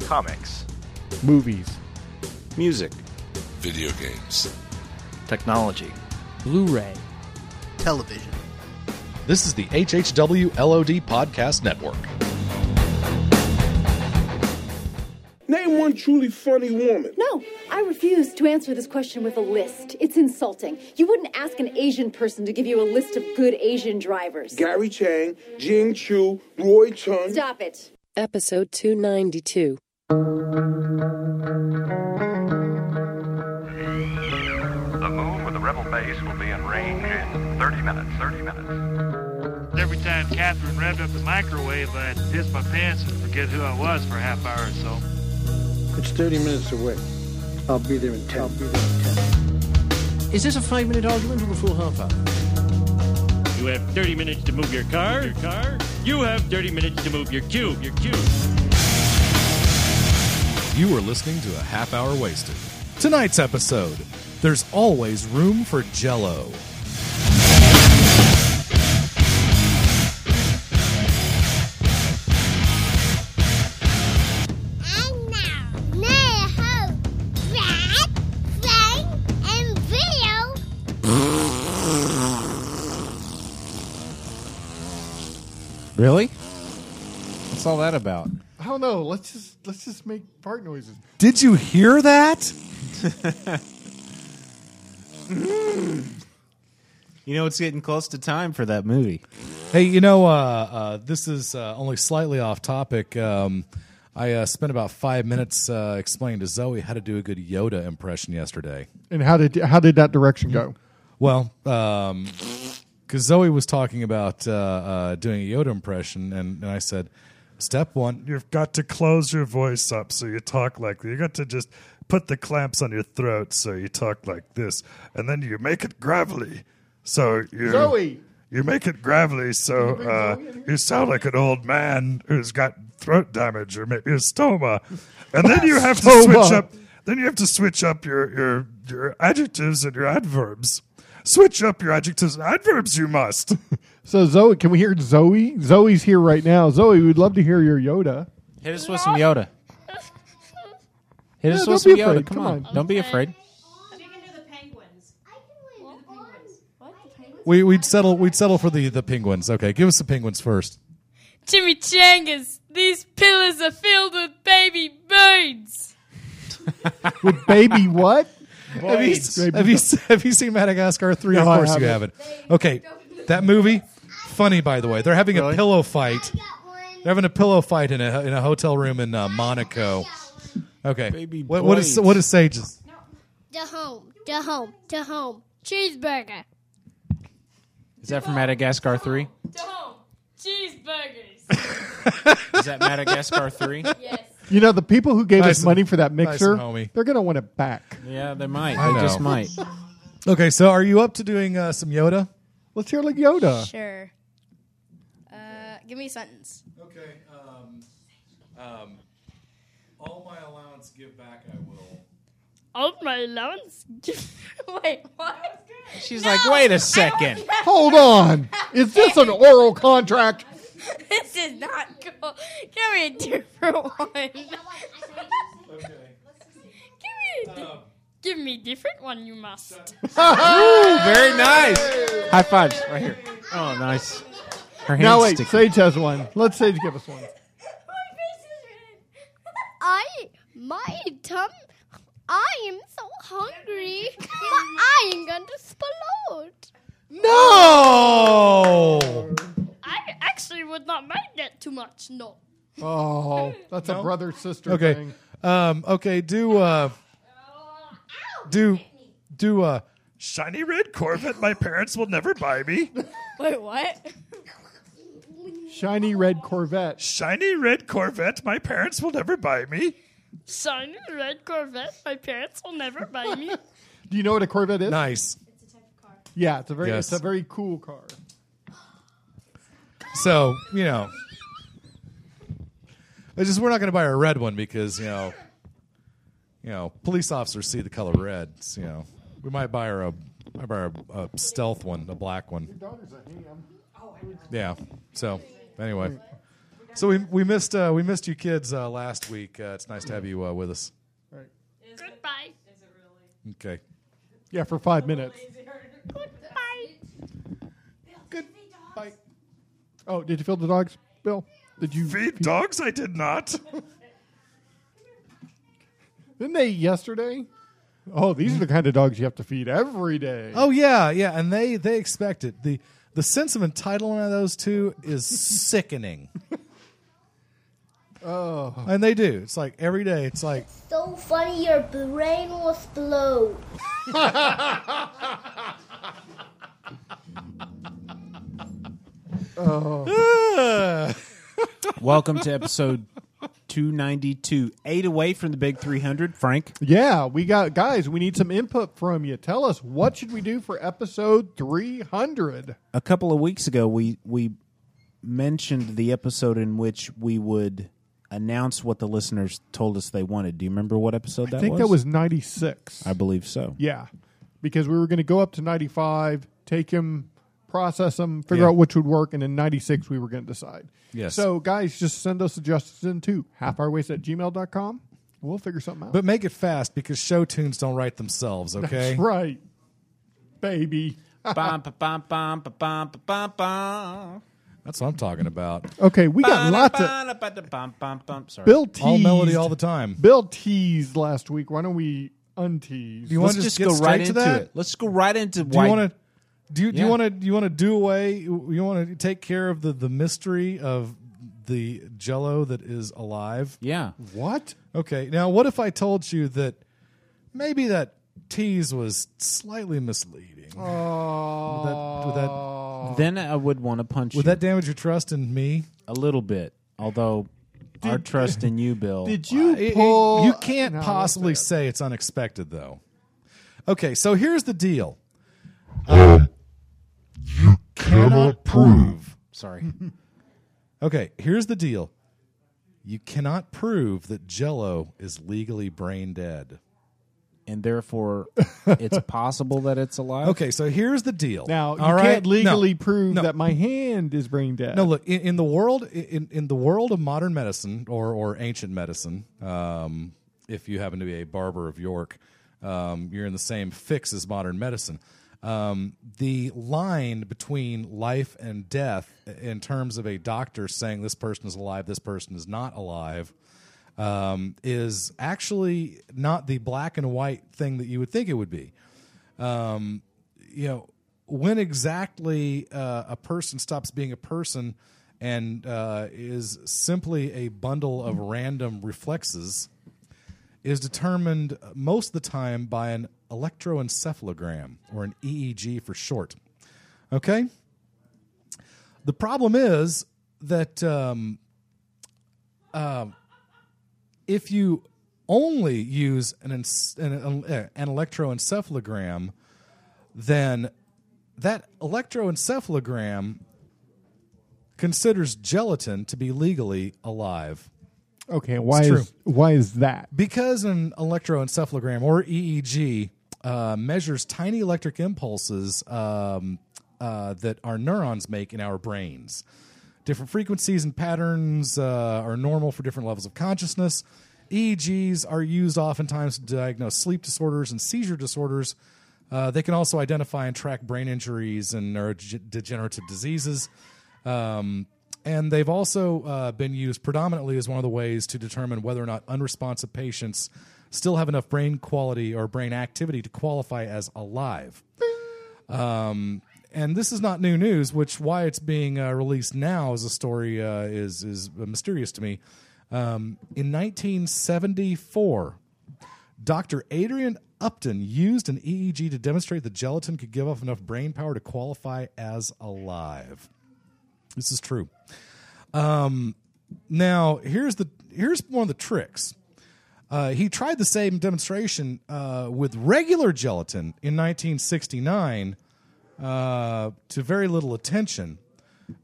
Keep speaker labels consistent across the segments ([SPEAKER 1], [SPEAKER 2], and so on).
[SPEAKER 1] comics,
[SPEAKER 2] movies,
[SPEAKER 3] music,
[SPEAKER 4] video games,
[SPEAKER 5] technology,
[SPEAKER 6] Blu ray,
[SPEAKER 7] television.
[SPEAKER 8] This is the HHW LOD Podcast Network.
[SPEAKER 9] Name one truly funny woman.
[SPEAKER 10] No, I refuse to answer this question with a list. It's insulting. You wouldn't ask an Asian person to give you a list of good Asian drivers.
[SPEAKER 9] Gary Chang, Jing Chu, Roy Chun.
[SPEAKER 10] Stop it.
[SPEAKER 11] Episode 292.
[SPEAKER 12] The moon with the rebel base will be in range in 30 minutes. 30 minutes.
[SPEAKER 13] Every time Catherine revved up the microwave, I'd piss my pants and forget who I was for a half hour or so.
[SPEAKER 14] It's 30 minutes away. I'll be there in 10. I'll be there
[SPEAKER 15] in 10. Is this a five minute argument or a full half hour?
[SPEAKER 16] You have 30 minutes to move your car. Move your car. You have 30 minutes to move your cube. Your cube.
[SPEAKER 8] You are listening to a half hour wasted. Tonight's episode There's Always Room for Jello.
[SPEAKER 17] Really? What's all that about?
[SPEAKER 2] I don't know. Let's just let's just make fart noises.
[SPEAKER 17] Did you hear that?
[SPEAKER 18] you know it's getting close to time for that movie.
[SPEAKER 8] Hey, you know uh, uh, this is uh, only slightly off topic. Um, I spent about five minutes uh, explaining to Zoe how to do a good Yoda impression yesterday. Mm-hmm.
[SPEAKER 2] And how did how did that direction go?
[SPEAKER 8] Well, um, because Zoe was talking about uh, uh, doing a Yoda impression, and, and, I said, "Step one,
[SPEAKER 19] you've got to close your voice up so you talk like you got to just put the clamps on your throat so you talk like this, and then you make it gravelly, so you
[SPEAKER 2] Zoe."
[SPEAKER 19] You make it gravelly, so uh, you sound like an old man who's got throat damage or maybe a stoma, and then you have to switch up. Then you have to switch up your your, your adjectives and your adverbs switch up your adjectives and adverbs you must
[SPEAKER 2] so zoe can we hear zoe zoe's here right now zoe we'd love to hear your yoda
[SPEAKER 18] hit us with some yoda hit us yeah, with some yoda come, come on. on. don't be afraid
[SPEAKER 8] We, would settle. We'd settle for the, the penguins. Okay, give us the penguins first.
[SPEAKER 20] Jimmy Changas, these pillars are filled with baby birds.
[SPEAKER 2] with baby what?
[SPEAKER 8] Have you, have, you, have you, seen Madagascar 3? No, of course haven't. you haven't. Okay, that movie, funny by the way. They're having really? a pillow fight. They're having a pillow fight in a, in a hotel room in uh, Monaco.
[SPEAKER 18] Oh,
[SPEAKER 8] Okay. Baby what, what is what is Sage's?
[SPEAKER 4] The home, the home, the home. Cheeseburger.
[SPEAKER 18] Is that from Madagascar 3?
[SPEAKER 20] The home, cheeseburgers.
[SPEAKER 18] is that Madagascar 3?
[SPEAKER 20] Yes.
[SPEAKER 2] You know, the people who gave nice us money for that mixer, nice they're going to want it back.
[SPEAKER 18] Yeah, they might. I they know. just might.
[SPEAKER 8] okay, so are you up to doing uh, some Yoda?
[SPEAKER 2] Let's hear like Yoda.
[SPEAKER 4] Sure. Uh, give me a sentence.
[SPEAKER 8] Okay. Um, um, all my allowance give back, I will.
[SPEAKER 20] All Oh, my allowance? wait, what?
[SPEAKER 18] She's no, like, wait a second.
[SPEAKER 2] Hold on. Is this an oral contract?
[SPEAKER 4] this is not cool. Give me a different one. okay.
[SPEAKER 20] Give me a di- um, give me a different one. You must.
[SPEAKER 18] Ooh, very nice. High fives right here. Oh, nice.
[SPEAKER 2] Her now wait, sticky. Sage has one. Let Sage give us one.
[SPEAKER 4] I my tum. I am so hungry. My I'm going to explode.
[SPEAKER 8] No.
[SPEAKER 20] I actually would not mind that too much. No.
[SPEAKER 2] Oh, that's no? a brother sister
[SPEAKER 8] okay.
[SPEAKER 2] thing.
[SPEAKER 8] Um, okay, do uh, do do uh,
[SPEAKER 19] shiny red Corvette. My parents will never buy me.
[SPEAKER 4] Wait, what?
[SPEAKER 2] Shiny red Corvette.
[SPEAKER 19] Shiny red Corvette. My parents will never buy me.
[SPEAKER 20] Shiny red Corvette. My parents will never buy me.
[SPEAKER 2] do you know what a Corvette is?
[SPEAKER 8] Nice.
[SPEAKER 2] It's a type of car. Yeah, it's a very yes. it's a very cool car.
[SPEAKER 8] So you know, it's just we're not going to buy a red one because you know, you know, police officers see the color red. So, you know, we might buy her a, I buy her a, a, stealth one, a black one. Yeah. So anyway, So we we missed uh, we missed you kids uh, last week. Uh, it's nice to have you uh, with us.
[SPEAKER 20] Goodbye.
[SPEAKER 8] Okay.
[SPEAKER 4] Yeah, for five minutes.
[SPEAKER 20] Goodbye.
[SPEAKER 4] Good. Bye. Oh, did you fill the dogs, Bill? Did you
[SPEAKER 19] Feed dogs? I did not.
[SPEAKER 4] Didn't they yesterday? Oh, these are the kind of dogs you have to feed every day.
[SPEAKER 8] Oh yeah, yeah, and they they expect it. the The sense of entitlement of those two is sickening,
[SPEAKER 4] Oh,
[SPEAKER 8] and they do. It's like every day. It's like
[SPEAKER 1] So funny, your brain will explode.
[SPEAKER 4] oh.
[SPEAKER 18] Welcome to episode 292. Eight away from the big 300. Frank?
[SPEAKER 4] Yeah, we got guys. We need some input from you. Tell us what should we do for episode three hundred.
[SPEAKER 18] a couple of weeks ago we we mentioned the episode in which we would announce what the listeners told us they wanted. Do you remember what episode that
[SPEAKER 4] I think
[SPEAKER 18] was?
[SPEAKER 4] that was ninety six.
[SPEAKER 18] I believe so.
[SPEAKER 4] Yeah, because we were going to go up to ninety five, take him, process him, figure
[SPEAKER 18] Yeah.
[SPEAKER 4] out which would work, and in ninety six we were going to decide.
[SPEAKER 8] Yes.
[SPEAKER 4] So guys, just send us suggestions in to halfhourwaste at gmail.com. We'll figure something out.
[SPEAKER 8] But make it fast because show tunes don't write themselves, okay?
[SPEAKER 4] That's right, baby.
[SPEAKER 18] bum, ba, bum, bum, ba, bum, ba, bum, bum.
[SPEAKER 8] That's what I'm talking about.
[SPEAKER 4] Okay, we got lots of
[SPEAKER 18] Bum, bum, bum. Sorry.
[SPEAKER 4] Bill teased
[SPEAKER 8] All melody all the time.
[SPEAKER 4] Bill teased last week. Why don't we untease?
[SPEAKER 8] You wanna
[SPEAKER 18] Let's
[SPEAKER 8] just
[SPEAKER 18] just
[SPEAKER 8] get
[SPEAKER 18] go
[SPEAKER 8] straight
[SPEAKER 18] right
[SPEAKER 8] to
[SPEAKER 18] into
[SPEAKER 8] that?
[SPEAKER 18] it. Let's just go right into
[SPEAKER 8] Do
[SPEAKER 18] why.
[SPEAKER 8] you want to? Do you, do you
[SPEAKER 18] Yeah.
[SPEAKER 8] want to? You want to do away? You want to take care of the the mystery of the Jello that is alive?
[SPEAKER 18] Yeah.
[SPEAKER 4] What?
[SPEAKER 8] Okay. Now, what if I told you that maybe that tease was slightly misleading? Would that- would that-
[SPEAKER 18] Then I would want to punch
[SPEAKER 8] would
[SPEAKER 18] you
[SPEAKER 8] that damage your trust in me?
[SPEAKER 18] a little bit, although our
[SPEAKER 8] Did-
[SPEAKER 18] trust in you, Bill.
[SPEAKER 4] Did you
[SPEAKER 8] It- it-
[SPEAKER 4] pull?
[SPEAKER 8] you can't
[SPEAKER 4] No,
[SPEAKER 8] possibly
[SPEAKER 4] what's
[SPEAKER 8] say it's unexpected, though. Okay, so here's the deal. Uh, you cannot prove.
[SPEAKER 18] Sorry.
[SPEAKER 8] Okay, here's the deal. You cannot prove that Jello is legally brain dead.
[SPEAKER 18] and therefore it's possible that it's alive.
[SPEAKER 8] Okay, so here's the deal.
[SPEAKER 4] that? Now you
[SPEAKER 8] All right?
[SPEAKER 4] can't legally
[SPEAKER 8] No.
[SPEAKER 4] prove
[SPEAKER 8] No.
[SPEAKER 4] that my hand is brain dead.
[SPEAKER 8] No, look in, in the world in, in the world of modern medicine or or ancient medicine, um, if you happen to be a barber of York, um, you're in the same fix as modern medicine. Um, the line between life and death, in terms of a doctor saying this person is alive, this person is not alive, um, is actually not the black and white thing that you would think it would be um, you know, when exactly uh, a person stops being a person and uh, is simply a bundle of random reflexes is determined most of the time by an electroencephalogram or an EEG for short. Okay? The problem is that um, um, if you only use an, ens- an, an an electroencephalogram, then that electroencephalogram considers gelatin to be legally alive.
[SPEAKER 4] Okay, why
[SPEAKER 8] It's
[SPEAKER 4] is why is that?
[SPEAKER 8] Because an electroencephalogram or EEG uh, measures tiny electric impulses um, uh, that our neurons make in our brains. Different frequencies and patterns uh, are normal for different levels of consciousness. EEGs are used oftentimes to diagnose sleep disorders and seizure disorders. Uh, they can also identify and track brain injuries and neurodegenerative diseases. Um, and they've also uh, been used predominantly as one of the ways to determine whether or not unresponsive patients still have enough brain quality or brain activity to qualify as alive. Um, and this is not new news, which why it's being uh, released now as a story uh, is is mysterious to me. Um, in 1974, Dr. Adrian Upton used an EEG to demonstrate that gelatin could give off enough brain power to qualify as alive. This is true. Um, now here's the here's one of the tricks. Uh, he tried the same demonstration uh, with regular gelatin in 1969 uh, to very little attention,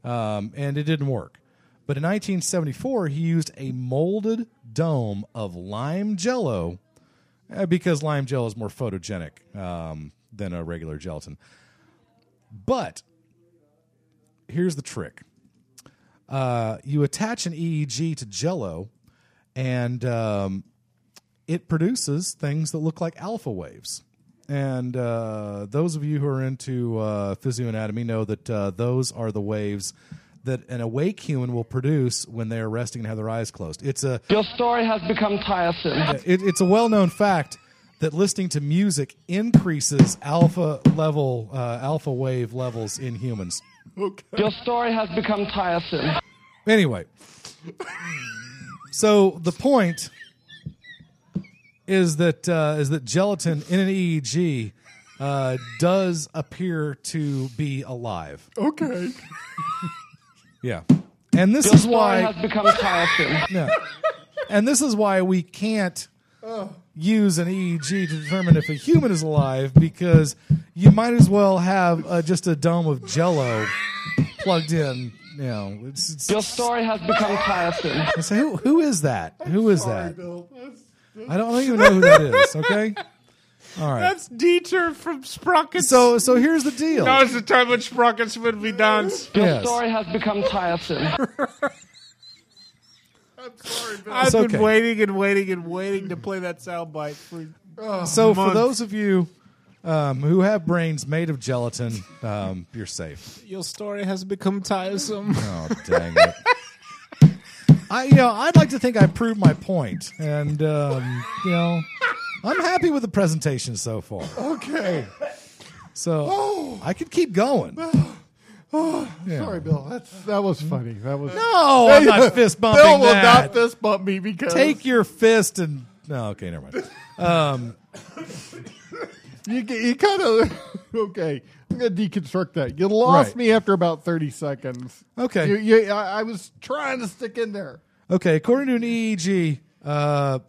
[SPEAKER 8] um, and it didn't work. But in 1974, he used a molded dome of lime jello uh, because lime jello is more photogenic um, than a regular gelatin. But here's the trick uh, you attach an EEG to Jello, and um, it produces things that look like alpha waves. And uh, those of you who are into uh, physioanatomy know that uh, those are the waves that an awake human will produce when they are resting and have their eyes closed. It's a
[SPEAKER 3] Your story has become tiresome.
[SPEAKER 8] it, it's a well-known fact that listening to music increases alpha level uh, alpha wave levels in humans.
[SPEAKER 3] Your story has become tiresome.
[SPEAKER 8] Anyway, so the point is that uh, is that gelatin in an EEG E uh, does appear to be alive.
[SPEAKER 4] Okay.
[SPEAKER 8] Yeah, and this
[SPEAKER 3] Your
[SPEAKER 8] is
[SPEAKER 3] story
[SPEAKER 8] why
[SPEAKER 3] has become tiresome.
[SPEAKER 8] Yeah. and this is why we can't use an EEG to determine if a human is alive because you might as well have uh, just a dome of Jello plugged in. You know, it's, it's,
[SPEAKER 3] Your story has become tiresome.
[SPEAKER 8] I say, who, who is that? who is that? I don't even know who that is. Okay, all right.
[SPEAKER 5] That's Dieter from Sprockets.
[SPEAKER 8] So, so here's the deal.
[SPEAKER 5] Now's the time when Sprockets would be danced.
[SPEAKER 3] Your
[SPEAKER 8] Yes.
[SPEAKER 3] story has become tiresome.
[SPEAKER 5] I've
[SPEAKER 8] It's
[SPEAKER 5] been
[SPEAKER 8] okay.
[SPEAKER 5] waiting and waiting and waiting to play that soundbite for. oh,
[SPEAKER 8] so for
[SPEAKER 5] months.
[SPEAKER 8] those of you um, who have brains made of gelatin, um, you're safe.
[SPEAKER 5] your story has become tiresome.
[SPEAKER 8] Oh dang it! I you know I'd like to think I proved my point, and um, you know I'm happy with the presentation so far.
[SPEAKER 4] Okay.
[SPEAKER 8] So I could keep going.
[SPEAKER 4] Oh,
[SPEAKER 8] Yeah.
[SPEAKER 4] sorry, Bill. That's that was funny. That was
[SPEAKER 8] No, I'm not fist bumping
[SPEAKER 4] Bill will
[SPEAKER 8] that.
[SPEAKER 4] not fist bump me because
[SPEAKER 8] Take your fist and no, okay, never mind. Um,
[SPEAKER 4] you. You kind of okay. I'm gonna deconstruct that. You lost
[SPEAKER 8] Right.
[SPEAKER 4] me after about thirty seconds.
[SPEAKER 8] Okay.
[SPEAKER 4] You, you, I, I was trying to stick in there.
[SPEAKER 8] okay, according to an EEG, uh,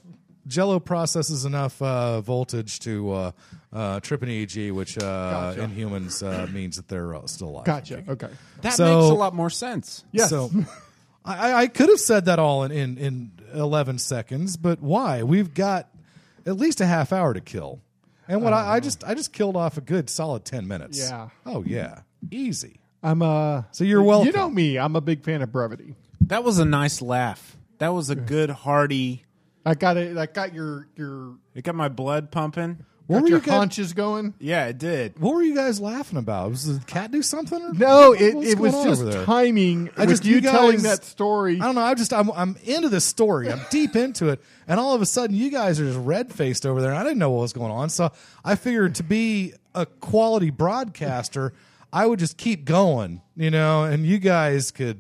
[SPEAKER 8] Jello processes enough uh, voltage to uh, uh, trip an EEG, which uh,
[SPEAKER 4] Gotcha.
[SPEAKER 8] in humans uh, means that they're uh, still alive.
[SPEAKER 4] Gotcha. Okay.
[SPEAKER 21] That
[SPEAKER 8] So-
[SPEAKER 21] makes a lot more sense.
[SPEAKER 4] Yes.
[SPEAKER 8] So I, I could have said that all in, in, in 11 seconds, but why? We've got at least a half hour to kill. And what I, I just I just killed off a good solid 10 minutes.
[SPEAKER 4] Yeah.
[SPEAKER 8] Oh, yeah. Easy.
[SPEAKER 4] I'm uh.
[SPEAKER 8] So you're welcome.
[SPEAKER 4] You know me. I'm a big fan of brevity.
[SPEAKER 21] That was a nice laugh. That was a good hearty.
[SPEAKER 4] I got it. I got your your.
[SPEAKER 21] It got my blood pumping.
[SPEAKER 8] What
[SPEAKER 4] got
[SPEAKER 8] were
[SPEAKER 4] your
[SPEAKER 8] you guys-
[SPEAKER 4] haunches going?
[SPEAKER 21] Yeah, it did.
[SPEAKER 8] What were you guys laughing about? Was the cat do something? Or
[SPEAKER 4] No,
[SPEAKER 8] what-
[SPEAKER 4] it,
[SPEAKER 8] what's
[SPEAKER 4] it was
[SPEAKER 8] going on
[SPEAKER 4] just
[SPEAKER 8] over there?
[SPEAKER 4] timing.
[SPEAKER 8] I just
[SPEAKER 4] with you,
[SPEAKER 8] you guys-
[SPEAKER 4] telling that story.
[SPEAKER 8] I don't know. I just I'm I'm into this story. I'm deep into it, and all of a sudden, you guys are just red faced over there. And I didn't know what was going on, so I figured to be a quality broadcaster, I would just keep going, you know. And you guys could,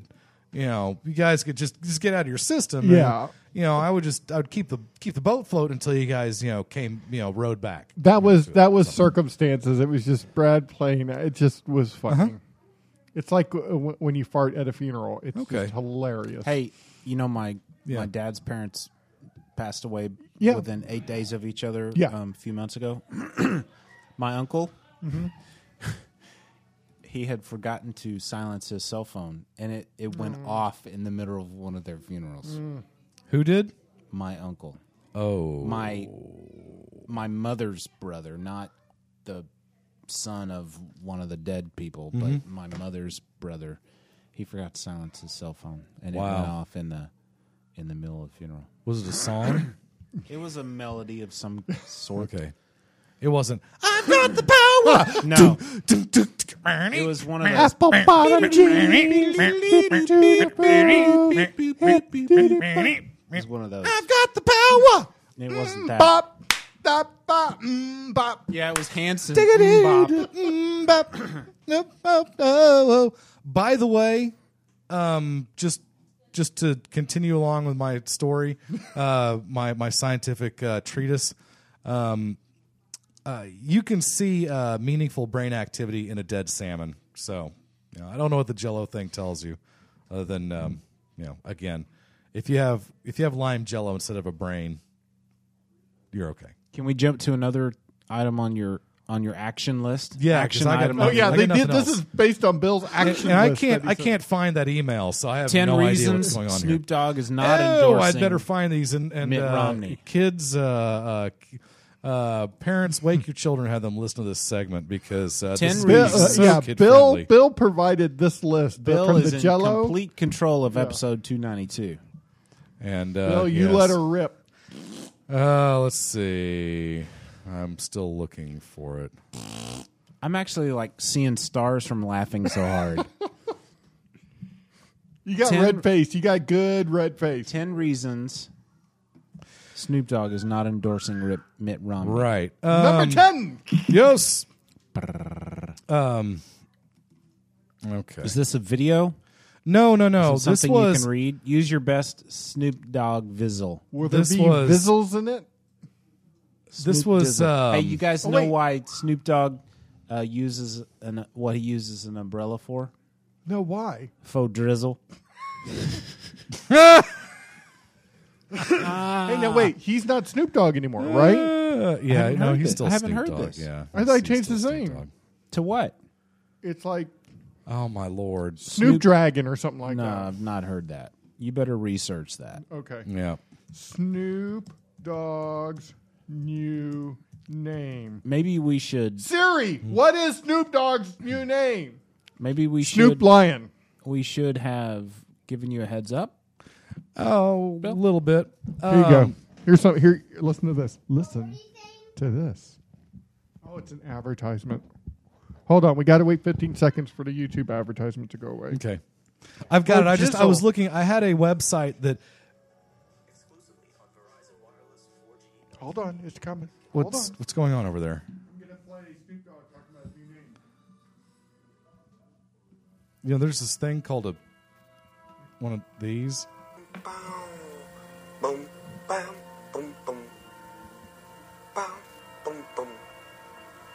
[SPEAKER 8] you know, you guys could just just get out of your system. and,
[SPEAKER 4] Yeah.
[SPEAKER 8] you know, I would just I would keep the keep the boat floating until you guys you know came you know rowed back.
[SPEAKER 4] That was that was circumstances. It was just Brad playing. It just was funny. It's like w- w- when you fart at a funeral. It's
[SPEAKER 8] Okay.
[SPEAKER 4] just hilarious.
[SPEAKER 21] Hey, you know my
[SPEAKER 8] Yeah.
[SPEAKER 21] my dad's parents passed away
[SPEAKER 4] Yeah.
[SPEAKER 21] within eight days of each other.
[SPEAKER 4] Yeah.
[SPEAKER 21] Um, a few months ago. my uncle,
[SPEAKER 4] Mm-hmm.
[SPEAKER 21] he had forgotten to silence his cell phone, and it it went off in the middle of one of their funerals.
[SPEAKER 8] Who did?
[SPEAKER 21] My uncle,
[SPEAKER 8] Oh,
[SPEAKER 21] my my mother's brother, not the son of one of the dead people,
[SPEAKER 8] Mm-hmm.
[SPEAKER 21] but my mother's brother. He forgot to silence his cell phone, and it went
[SPEAKER 8] Wow.
[SPEAKER 21] off in the in the middle of the funeral.
[SPEAKER 8] was it a song?
[SPEAKER 21] It was a melody of some sort.
[SPEAKER 8] okay, it wasn't. I've got the power.
[SPEAKER 21] No,
[SPEAKER 8] It
[SPEAKER 21] it was one of those.
[SPEAKER 4] Apple bottom jeans. zipped to the front, hip to the front.
[SPEAKER 21] It was one of those.
[SPEAKER 8] got the power.
[SPEAKER 21] It wasn't that.
[SPEAKER 4] Bop, bop, bop, mm, bop.
[SPEAKER 21] Yeah, it was Hanson. Bop.
[SPEAKER 8] Mm, bop. Nope, bop, oh, oh. By the way, um, just just to continue along with my story, uh, my my scientific uh, treatise, um, uh, you can see uh, meaningful brain activity in a dead salmon. So, you know, I don't know what the Jello thing tells you, other than um, you know, again, if you have if you have lime Jello instead of a brain, you're okay.
[SPEAKER 21] Can we jump to another item on your on your action list?
[SPEAKER 8] Yeah, 'cause
[SPEAKER 21] action
[SPEAKER 8] I got
[SPEAKER 21] item.
[SPEAKER 4] Oh
[SPEAKER 8] nothing.
[SPEAKER 21] on your
[SPEAKER 4] yeah,
[SPEAKER 8] I
[SPEAKER 4] they
[SPEAKER 8] got
[SPEAKER 4] did.
[SPEAKER 8] nothing
[SPEAKER 4] This
[SPEAKER 8] else.
[SPEAKER 4] is based on Bill's action.
[SPEAKER 8] and I
[SPEAKER 4] list
[SPEAKER 8] can't
[SPEAKER 4] that he
[SPEAKER 8] I
[SPEAKER 4] sent.
[SPEAKER 8] can't find that email, so I have
[SPEAKER 21] Ten
[SPEAKER 8] no idea what's
[SPEAKER 21] reasons
[SPEAKER 8] going on
[SPEAKER 21] Snoop
[SPEAKER 8] here.
[SPEAKER 21] Dogg is not
[SPEAKER 8] oh,
[SPEAKER 21] endorsing.
[SPEAKER 8] I'd better find these and, and
[SPEAKER 21] Mitt
[SPEAKER 8] uh,
[SPEAKER 21] Romney.
[SPEAKER 8] kids. Uh, uh, Uh, parents, wake your children, have them listen to this segment because uh,
[SPEAKER 21] Ten
[SPEAKER 8] this is
[SPEAKER 21] reasons.
[SPEAKER 8] gonna be so
[SPEAKER 21] Bill- yeah,
[SPEAKER 8] kid
[SPEAKER 4] Bill
[SPEAKER 8] friendly.
[SPEAKER 4] Bill provided this list but
[SPEAKER 21] Bill
[SPEAKER 4] from
[SPEAKER 21] is
[SPEAKER 4] the
[SPEAKER 21] in
[SPEAKER 4] Jello.
[SPEAKER 21] complete control of
[SPEAKER 4] Yeah.
[SPEAKER 21] episode 292.
[SPEAKER 8] And uh,
[SPEAKER 4] Bill, you
[SPEAKER 8] yes.
[SPEAKER 4] let her rip.
[SPEAKER 8] Uh, let's see. I'm still looking for it.
[SPEAKER 21] I'm actually like seeing stars from laughing so hard.
[SPEAKER 4] You got
[SPEAKER 21] Ten-
[SPEAKER 4] red face. You got good red face.
[SPEAKER 21] Ten reasons. Snoop Dogg is not endorsing Rip Mitt Romney.
[SPEAKER 8] Right. Um,
[SPEAKER 4] Number ten.
[SPEAKER 8] Yes. Um. Okay.
[SPEAKER 21] Is this a video?
[SPEAKER 8] No, no,
[SPEAKER 4] Oh,
[SPEAKER 8] no.
[SPEAKER 21] Is it
[SPEAKER 8] This
[SPEAKER 21] something
[SPEAKER 8] was-
[SPEAKER 21] you can read. Use your best Snoop Dogg vizzle.
[SPEAKER 4] Will
[SPEAKER 8] This
[SPEAKER 4] there be
[SPEAKER 8] was-
[SPEAKER 4] Vizzles in it?
[SPEAKER 8] this
[SPEAKER 21] Snoop
[SPEAKER 8] was,
[SPEAKER 21] Dizzle. hey,
[SPEAKER 8] um,
[SPEAKER 21] you guys
[SPEAKER 4] Oh,
[SPEAKER 21] know
[SPEAKER 4] wait.
[SPEAKER 21] why Snoop Dogg uh, uses an what he uses an umbrella for?
[SPEAKER 4] No, why?
[SPEAKER 21] Faux drizzle.
[SPEAKER 4] Hey, no, wait. He's not Snoop Dogg anymore, right?
[SPEAKER 8] Uh, yeah, no, he's still
[SPEAKER 21] I haven't
[SPEAKER 8] Snoop
[SPEAKER 21] heard
[SPEAKER 8] Dogg,
[SPEAKER 21] this.
[SPEAKER 8] Yeah.
[SPEAKER 4] I thought he changed his name.
[SPEAKER 21] To
[SPEAKER 4] Oh
[SPEAKER 21] what?
[SPEAKER 4] It's like
[SPEAKER 8] Oh my lord.
[SPEAKER 4] Snoop, Dragon or something like
[SPEAKER 21] no,
[SPEAKER 4] that.
[SPEAKER 21] I've not heard that. You better research that.
[SPEAKER 4] Okay.
[SPEAKER 8] Yeah.
[SPEAKER 4] Snoop Dogg's new name.
[SPEAKER 21] Maybe we should.
[SPEAKER 4] Siri, what is Snoop Dogg's new name?
[SPEAKER 21] Maybe we
[SPEAKER 4] Snoop
[SPEAKER 21] should.
[SPEAKER 4] Lion.
[SPEAKER 21] We should have given you a heads up.
[SPEAKER 8] Oh, a little bit.
[SPEAKER 4] Here you go. Here's some. Here, listen to this. Listen to this. Oh, it's an advertisement. Hold on, we got to wait 15 seconds for the YouTube advertisement to go away.
[SPEAKER 8] Okay. I've got
[SPEAKER 4] Oh,
[SPEAKER 8] it. I just I was
[SPEAKER 4] jizzle.
[SPEAKER 8] looking. I had a website that
[SPEAKER 4] Hold on, it's coming.
[SPEAKER 8] what's what's going on over there? You know, there's this thing called a one of these.
[SPEAKER 6] Boom, bam, boom, boom. Bam, boom, boom.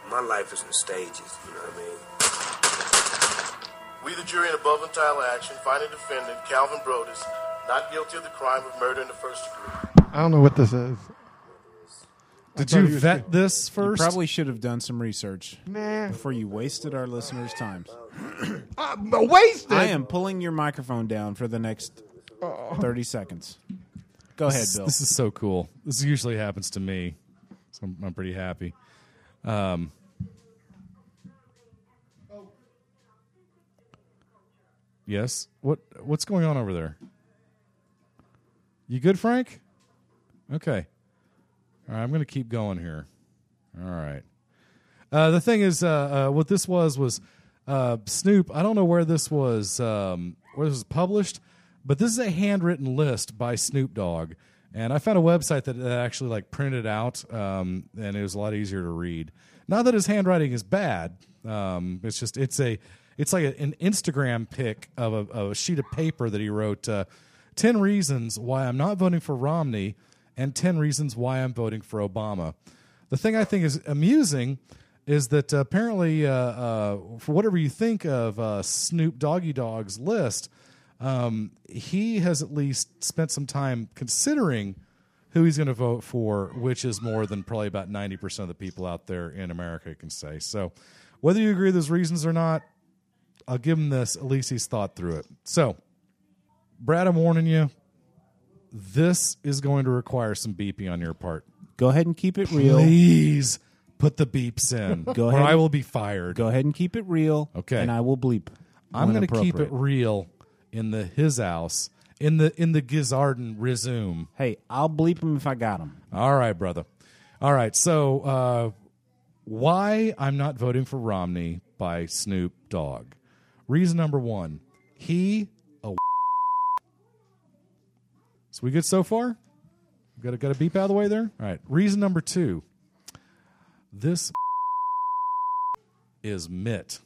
[SPEAKER 6] My life is in stages, you know what I mean?
[SPEAKER 9] We, the jury, in above entitled action, find a defendant, Calvin Brodus, not guilty of the crime of murder in the first degree.
[SPEAKER 4] I don't know what this is.
[SPEAKER 8] Did
[SPEAKER 4] thought
[SPEAKER 8] you
[SPEAKER 4] he was
[SPEAKER 8] vet this
[SPEAKER 21] You
[SPEAKER 8] first?
[SPEAKER 21] probably should have done some research
[SPEAKER 4] Nah.
[SPEAKER 21] before you wasted our listeners' time.
[SPEAKER 8] Uh,
[SPEAKER 4] I'm wasted.
[SPEAKER 21] I am pulling your microphone down for the next thirty seconds. Go
[SPEAKER 8] This
[SPEAKER 21] ahead,
[SPEAKER 8] is-
[SPEAKER 21] Bill.
[SPEAKER 8] This is so cool. This usually happens to me, so I'm, I'm pretty happy. Um, yes. What What's going on over there? You good, Frank? Okay. All right, I'm going to keep going here. All right. Uh, the thing is, uh, uh, what this was was uh, Snoop. I don't know where this was um, where this was published, but this is a handwritten list by Snoop Dogg, and I found a website that, that actually like printed out, um, and it was a lot easier to read. Not that his handwriting is bad. Um, it's just it's a it's like a, an Instagram pic of a, of a sheet of paper that he wrote. Uh, 10 reasons why I'm not voting for Romney and 10 reasons why I'm voting for Obama. The thing I think is amusing is that apparently, uh, uh, for whatever you think of uh, Snoop Doggy Dog's list, um, he has at least spent some time considering who he's going to vote for, which is more than probably about 90% of the people out there in America can say. So, whether you agree with those reasons or not, I'll give him this. At least he's thought through it. So, Brad, I'm warning you. This is going to require some beeping on your part.
[SPEAKER 21] Go ahead and keep it real.
[SPEAKER 8] Please put the beeps in.
[SPEAKER 21] Go
[SPEAKER 8] or
[SPEAKER 21] ahead.
[SPEAKER 8] I will be fired.
[SPEAKER 21] Go ahead and keep it real.
[SPEAKER 8] Okay.
[SPEAKER 21] And I will bleep.
[SPEAKER 8] I'm
[SPEAKER 21] when
[SPEAKER 8] going to keep it
[SPEAKER 21] appropriate.
[SPEAKER 8] real in the his house in the in the Gizarden resume.
[SPEAKER 21] Hey, I'll bleep them if I got them.
[SPEAKER 8] All right, brother. All right. So, uh, why I'm not voting for Romney by Snoop Dogg. Reason number one: he a. so we good so far? Got a got a beep out of the way there. All right. Reason number two: this is Mitt.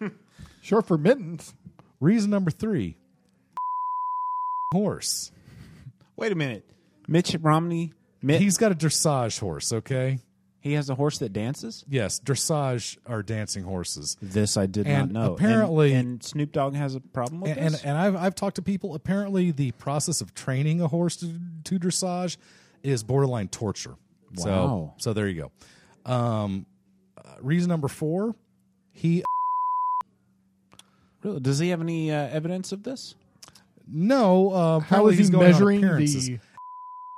[SPEAKER 4] Sure for mittens.
[SPEAKER 8] Reason number three: horse.
[SPEAKER 21] Wait a minute. Mitch Romney. Mitt,
[SPEAKER 8] He's got a dressage horse. Okay.
[SPEAKER 21] he has a horse that dances.
[SPEAKER 8] Yes, dressage are dancing horses.
[SPEAKER 21] This I did
[SPEAKER 8] And
[SPEAKER 21] not know. And-
[SPEAKER 8] apparently-
[SPEAKER 21] and, Snoop Dogg has a problem with
[SPEAKER 8] And, and
[SPEAKER 21] this.
[SPEAKER 8] and I've I've talked to people. Apparently, the process of training a horse to, to dressage is borderline torture.
[SPEAKER 21] Wow.
[SPEAKER 8] So so there you go. Um, uh, reason number four, he
[SPEAKER 21] Really? Does he have any uh, evidence of this?
[SPEAKER 8] no. Uh,
[SPEAKER 4] How
[SPEAKER 8] apparently
[SPEAKER 4] is
[SPEAKER 8] he's
[SPEAKER 4] he
[SPEAKER 8] going on
[SPEAKER 4] measuring
[SPEAKER 8] appearances.
[SPEAKER 4] the?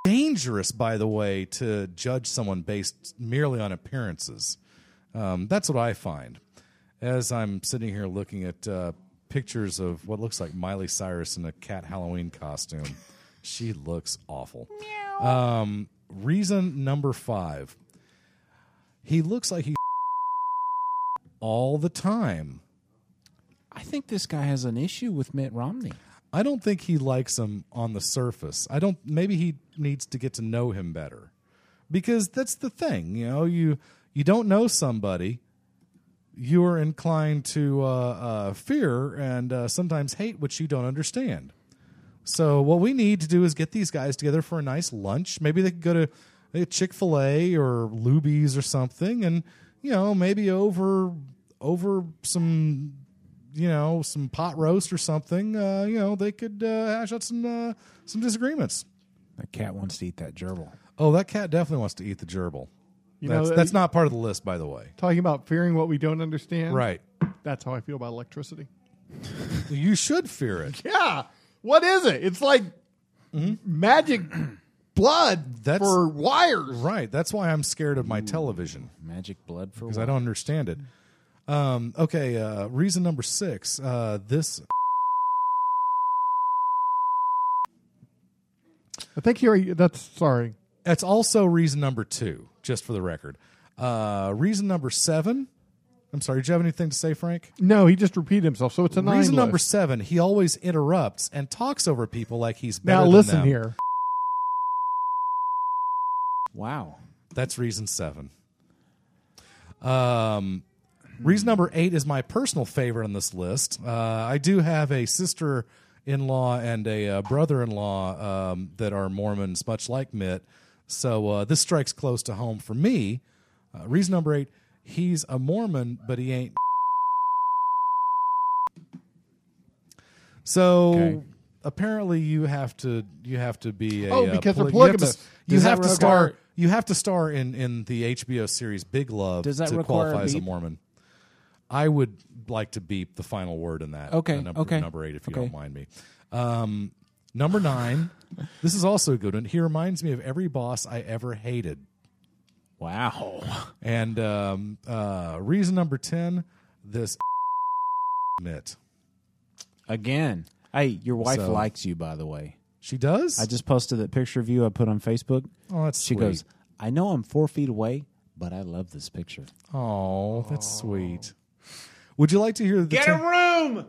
[SPEAKER 8] dangerous, by the way, to judge someone based merely on appearances. Um, that's what I find. As I'm sitting here looking at uh, pictures of what looks like Miley Cyrus in a cat Halloween costume, she looks awful. Um, reason number five he looks like he all the time.
[SPEAKER 21] I think this guy has an issue with Mitt Romney.
[SPEAKER 8] I don't think he likes him on the surface. I don't. Maybe he needs to get to know him better, because that's the thing. You know, you you don't know somebody, you are inclined to uh, uh, fear and uh, sometimes hate what you don't understand. So what we need to do is get these guys together for a nice lunch. Maybe they could go to Chick Fil A or Luby's or something, and you know maybe over over some you know some pot roast or something. Uh, you know they could uh, hash out some uh, some disagreements.
[SPEAKER 21] That cat wants to eat that gerbil.
[SPEAKER 8] Oh, that cat definitely wants to eat the gerbil.
[SPEAKER 4] You
[SPEAKER 8] that's,
[SPEAKER 4] know, uh,
[SPEAKER 8] that's not part of the list, by the way.
[SPEAKER 4] Talking about fearing what we don't understand.
[SPEAKER 8] Right.
[SPEAKER 4] That's how I feel about electricity.
[SPEAKER 8] You should fear it.
[SPEAKER 4] Yeah. What is it? It's like magic blood
[SPEAKER 8] Mm-hmm. That's-
[SPEAKER 4] for wires.
[SPEAKER 8] Right. That's why I'm scared of my television.
[SPEAKER 21] Magic blood for
[SPEAKER 8] because I don't understand it. Um, okay, uh, reason number six. Uh, this
[SPEAKER 4] I think you already that's sorry.
[SPEAKER 8] that's also reason number two, just for the record. Uh, reason number seven. I'm sorry. Did you have anything to say, Frank?
[SPEAKER 4] No, he just repeated himself, so it's a nine.
[SPEAKER 8] reason number
[SPEAKER 4] list.
[SPEAKER 8] seven. He always interrupts and talks over people like he's better
[SPEAKER 4] Now
[SPEAKER 8] than
[SPEAKER 4] listen
[SPEAKER 8] them.
[SPEAKER 4] here.
[SPEAKER 21] Wow.
[SPEAKER 8] That's reason seven. Um, reason number eight is my personal favorite on this list. Uh, I do have a sister in law and a uh, brother in law um, that are Mormons, much like Mitt. So uh, this strikes close to home for me. Uh, reason number eight he's a Mormon, but he ain't. So.
[SPEAKER 4] Okay.
[SPEAKER 8] Apparently, you have to you have to be a
[SPEAKER 4] Oh,
[SPEAKER 8] uh,
[SPEAKER 4] because
[SPEAKER 8] poly- you have to-
[SPEAKER 4] they're polygamous.
[SPEAKER 8] You
[SPEAKER 4] Does that
[SPEAKER 8] have to
[SPEAKER 4] require-
[SPEAKER 8] start you have to star in in the HBO series Big Love
[SPEAKER 21] Does that
[SPEAKER 8] to
[SPEAKER 21] require a
[SPEAKER 8] qualify as a
[SPEAKER 21] beep?
[SPEAKER 8] Mormon. I would like to beep the final word in that.
[SPEAKER 21] Okay,
[SPEAKER 8] uh, number,
[SPEAKER 21] okay,
[SPEAKER 8] Number eight, if you
[SPEAKER 21] okay.
[SPEAKER 8] don't mind me. Um, number nine. this is also a good one. He reminds me of every boss I ever hated.
[SPEAKER 21] Wow.
[SPEAKER 8] And um, uh, reason number ten. This mitt.
[SPEAKER 21] Again. Hey, your wife
[SPEAKER 8] So-
[SPEAKER 21] likes you, by the way.
[SPEAKER 8] She does.
[SPEAKER 21] I just posted that picture of you I put on Facebook.
[SPEAKER 8] Oh, that's
[SPEAKER 21] she
[SPEAKER 8] sweet.
[SPEAKER 21] goes. I know I'm four feet away, but I love this picture.
[SPEAKER 8] Oh, that's sweet. Would you like to hear the
[SPEAKER 5] Get
[SPEAKER 8] ten,
[SPEAKER 5] a room.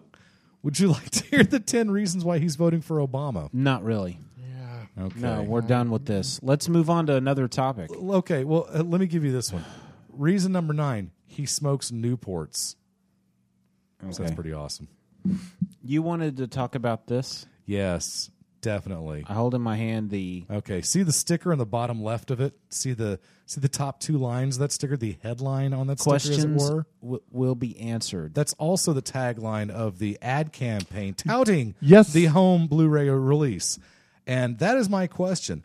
[SPEAKER 8] Would you like to hear the ten reasons why he's voting for Obama?
[SPEAKER 21] Not really.
[SPEAKER 8] Yeah. Okay.
[SPEAKER 21] No, we're done with this. Let's move on to another topic.
[SPEAKER 8] Well, Okay, well, uh, let me give you this one. Reason number nine: he smokes Newports. So that's
[SPEAKER 21] Okay.
[SPEAKER 8] pretty awesome.
[SPEAKER 21] You wanted to talk about this.
[SPEAKER 8] Yes, definitely.
[SPEAKER 21] I hold in my hand the
[SPEAKER 8] Okay, see the sticker on the bottom left of it. See the see the top two lines of that sticker, the headline on that sticker,
[SPEAKER 21] questions
[SPEAKER 8] as it were.
[SPEAKER 21] w- will be answered.
[SPEAKER 8] That's also the tagline of the ad campaign touting
[SPEAKER 4] Yes.
[SPEAKER 8] the home Blu-ray release. And that is my question: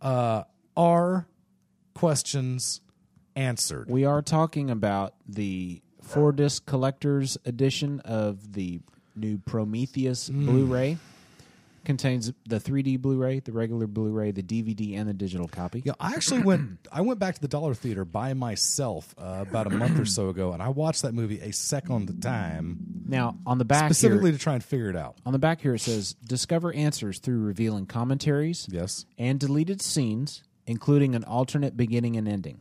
[SPEAKER 8] uh, Are questions answered?
[SPEAKER 21] We are talking about the four disc collector's edition of the new Prometheus
[SPEAKER 8] Mm.
[SPEAKER 21] Blu ray. Contains the 3D Blu ray, the regular Blu ray, the DVD, and the digital copy.
[SPEAKER 8] Yeah, I actually went. I went back to the dollar theater by myself uh, about a month or so ago, and I watched that movie a second time,
[SPEAKER 21] Now, on the back
[SPEAKER 8] specifically
[SPEAKER 21] here,
[SPEAKER 8] to try and figure it out.
[SPEAKER 21] on the back here it says discover answers through revealing commentaries
[SPEAKER 8] Yes.
[SPEAKER 21] and deleted scenes, including an alternate beginning and ending.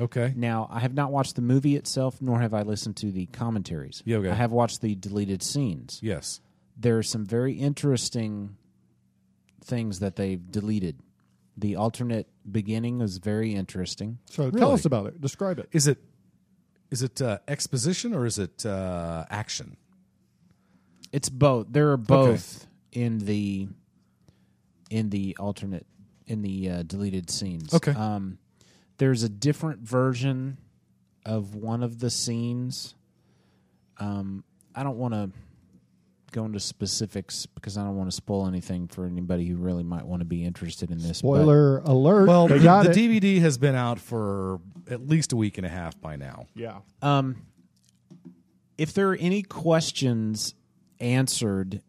[SPEAKER 8] Okay.
[SPEAKER 21] Now, I have not watched the movie itself, nor have I listened to the commentaries.
[SPEAKER 8] Yeah, okay.
[SPEAKER 21] I have watched the deleted scenes.
[SPEAKER 8] Yes.
[SPEAKER 21] There are some very interesting things that they've deleted. The alternate beginning is very interesting.
[SPEAKER 4] So tell
[SPEAKER 8] Really?
[SPEAKER 4] us about it. Describe it.
[SPEAKER 8] Is it is it uh, exposition or is it uh, action?
[SPEAKER 21] It's both. There are both in the in the alternate in the uh, deleted scenes.
[SPEAKER 8] Okay.
[SPEAKER 21] Um, there's a different version of one of the scenes. Um, I don't want to go into specifics because I don't want to spoil anything for anybody who really might want to be interested in this. but-
[SPEAKER 4] Spoiler alert.
[SPEAKER 8] Well,
[SPEAKER 4] they
[SPEAKER 8] the,
[SPEAKER 4] got
[SPEAKER 8] the
[SPEAKER 4] it.
[SPEAKER 8] DVD has been out for at least a week and a half by now.
[SPEAKER 4] yeah.
[SPEAKER 21] Um, if there are any questions answered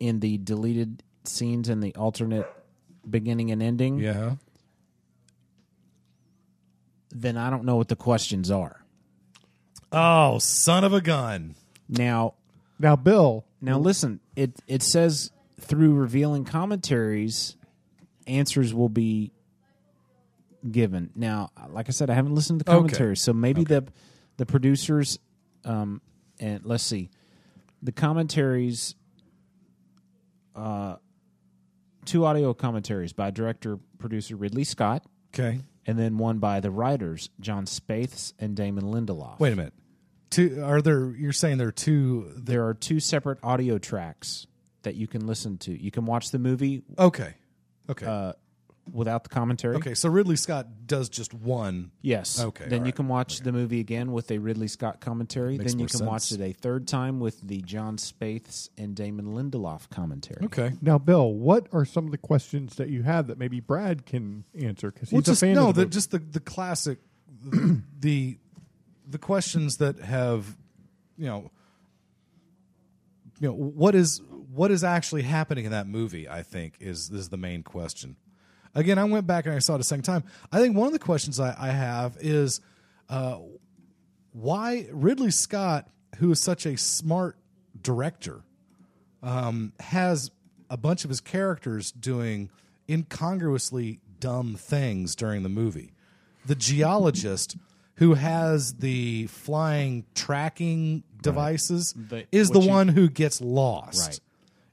[SPEAKER 21] in the deleted scenes and the alternate beginning and ending,
[SPEAKER 8] yeah,
[SPEAKER 21] then I don't know what the questions are.
[SPEAKER 8] Oh, son of a gun!
[SPEAKER 21] Now,
[SPEAKER 4] now, Bill.
[SPEAKER 21] Now, listen. It it says through revealing commentaries, answers will be given. Now, like I said, I haven't listened to the
[SPEAKER 8] Okay.
[SPEAKER 21] commentaries, so maybe
[SPEAKER 8] Okay.
[SPEAKER 21] the the producers um, and let's see, the commentaries. Uh, two audio commentaries by director producer Ridley Scott.
[SPEAKER 8] Okay.
[SPEAKER 21] And then one by the writers John Spaeths and Damon Lindelof.
[SPEAKER 8] Wait a minute. Two are there? You're saying there are two?
[SPEAKER 21] There are two separate audio tracks that you can listen to. You can watch the movie.
[SPEAKER 8] Okay. Okay.
[SPEAKER 21] Uh, without the commentary.
[SPEAKER 8] Okay, so Ridley Scott does just one.
[SPEAKER 21] Yes.
[SPEAKER 8] Okay.
[SPEAKER 21] Then you
[SPEAKER 8] all right.
[SPEAKER 21] can watch the movie again with a Ridley Scott commentary.
[SPEAKER 8] Makes
[SPEAKER 21] then you
[SPEAKER 8] more
[SPEAKER 21] can watch
[SPEAKER 8] sense.
[SPEAKER 21] it a third time with the John Spaeths and Damon Lindelof commentary.
[SPEAKER 4] Now, Bill, what are some of the questions that you have that maybe Brad can answer because he's
[SPEAKER 8] Well,
[SPEAKER 4] a
[SPEAKER 8] just,
[SPEAKER 4] fan
[SPEAKER 8] no,
[SPEAKER 4] of the,
[SPEAKER 8] the, just the the classic, the the questions that have, you know, you know what is what is actually happening in that movie. I think is is the main question. Again, I went back and I saw it a second time. I think one of the questions I, I have is uh, why Ridley Scott, who is such a smart director, um, has a bunch of his characters doing incongruously dumb things during the movie. The geologist who has the flying tracking devices
[SPEAKER 21] The-
[SPEAKER 8] is the
[SPEAKER 21] what you-
[SPEAKER 8] one who gets lost.
[SPEAKER 21] Right.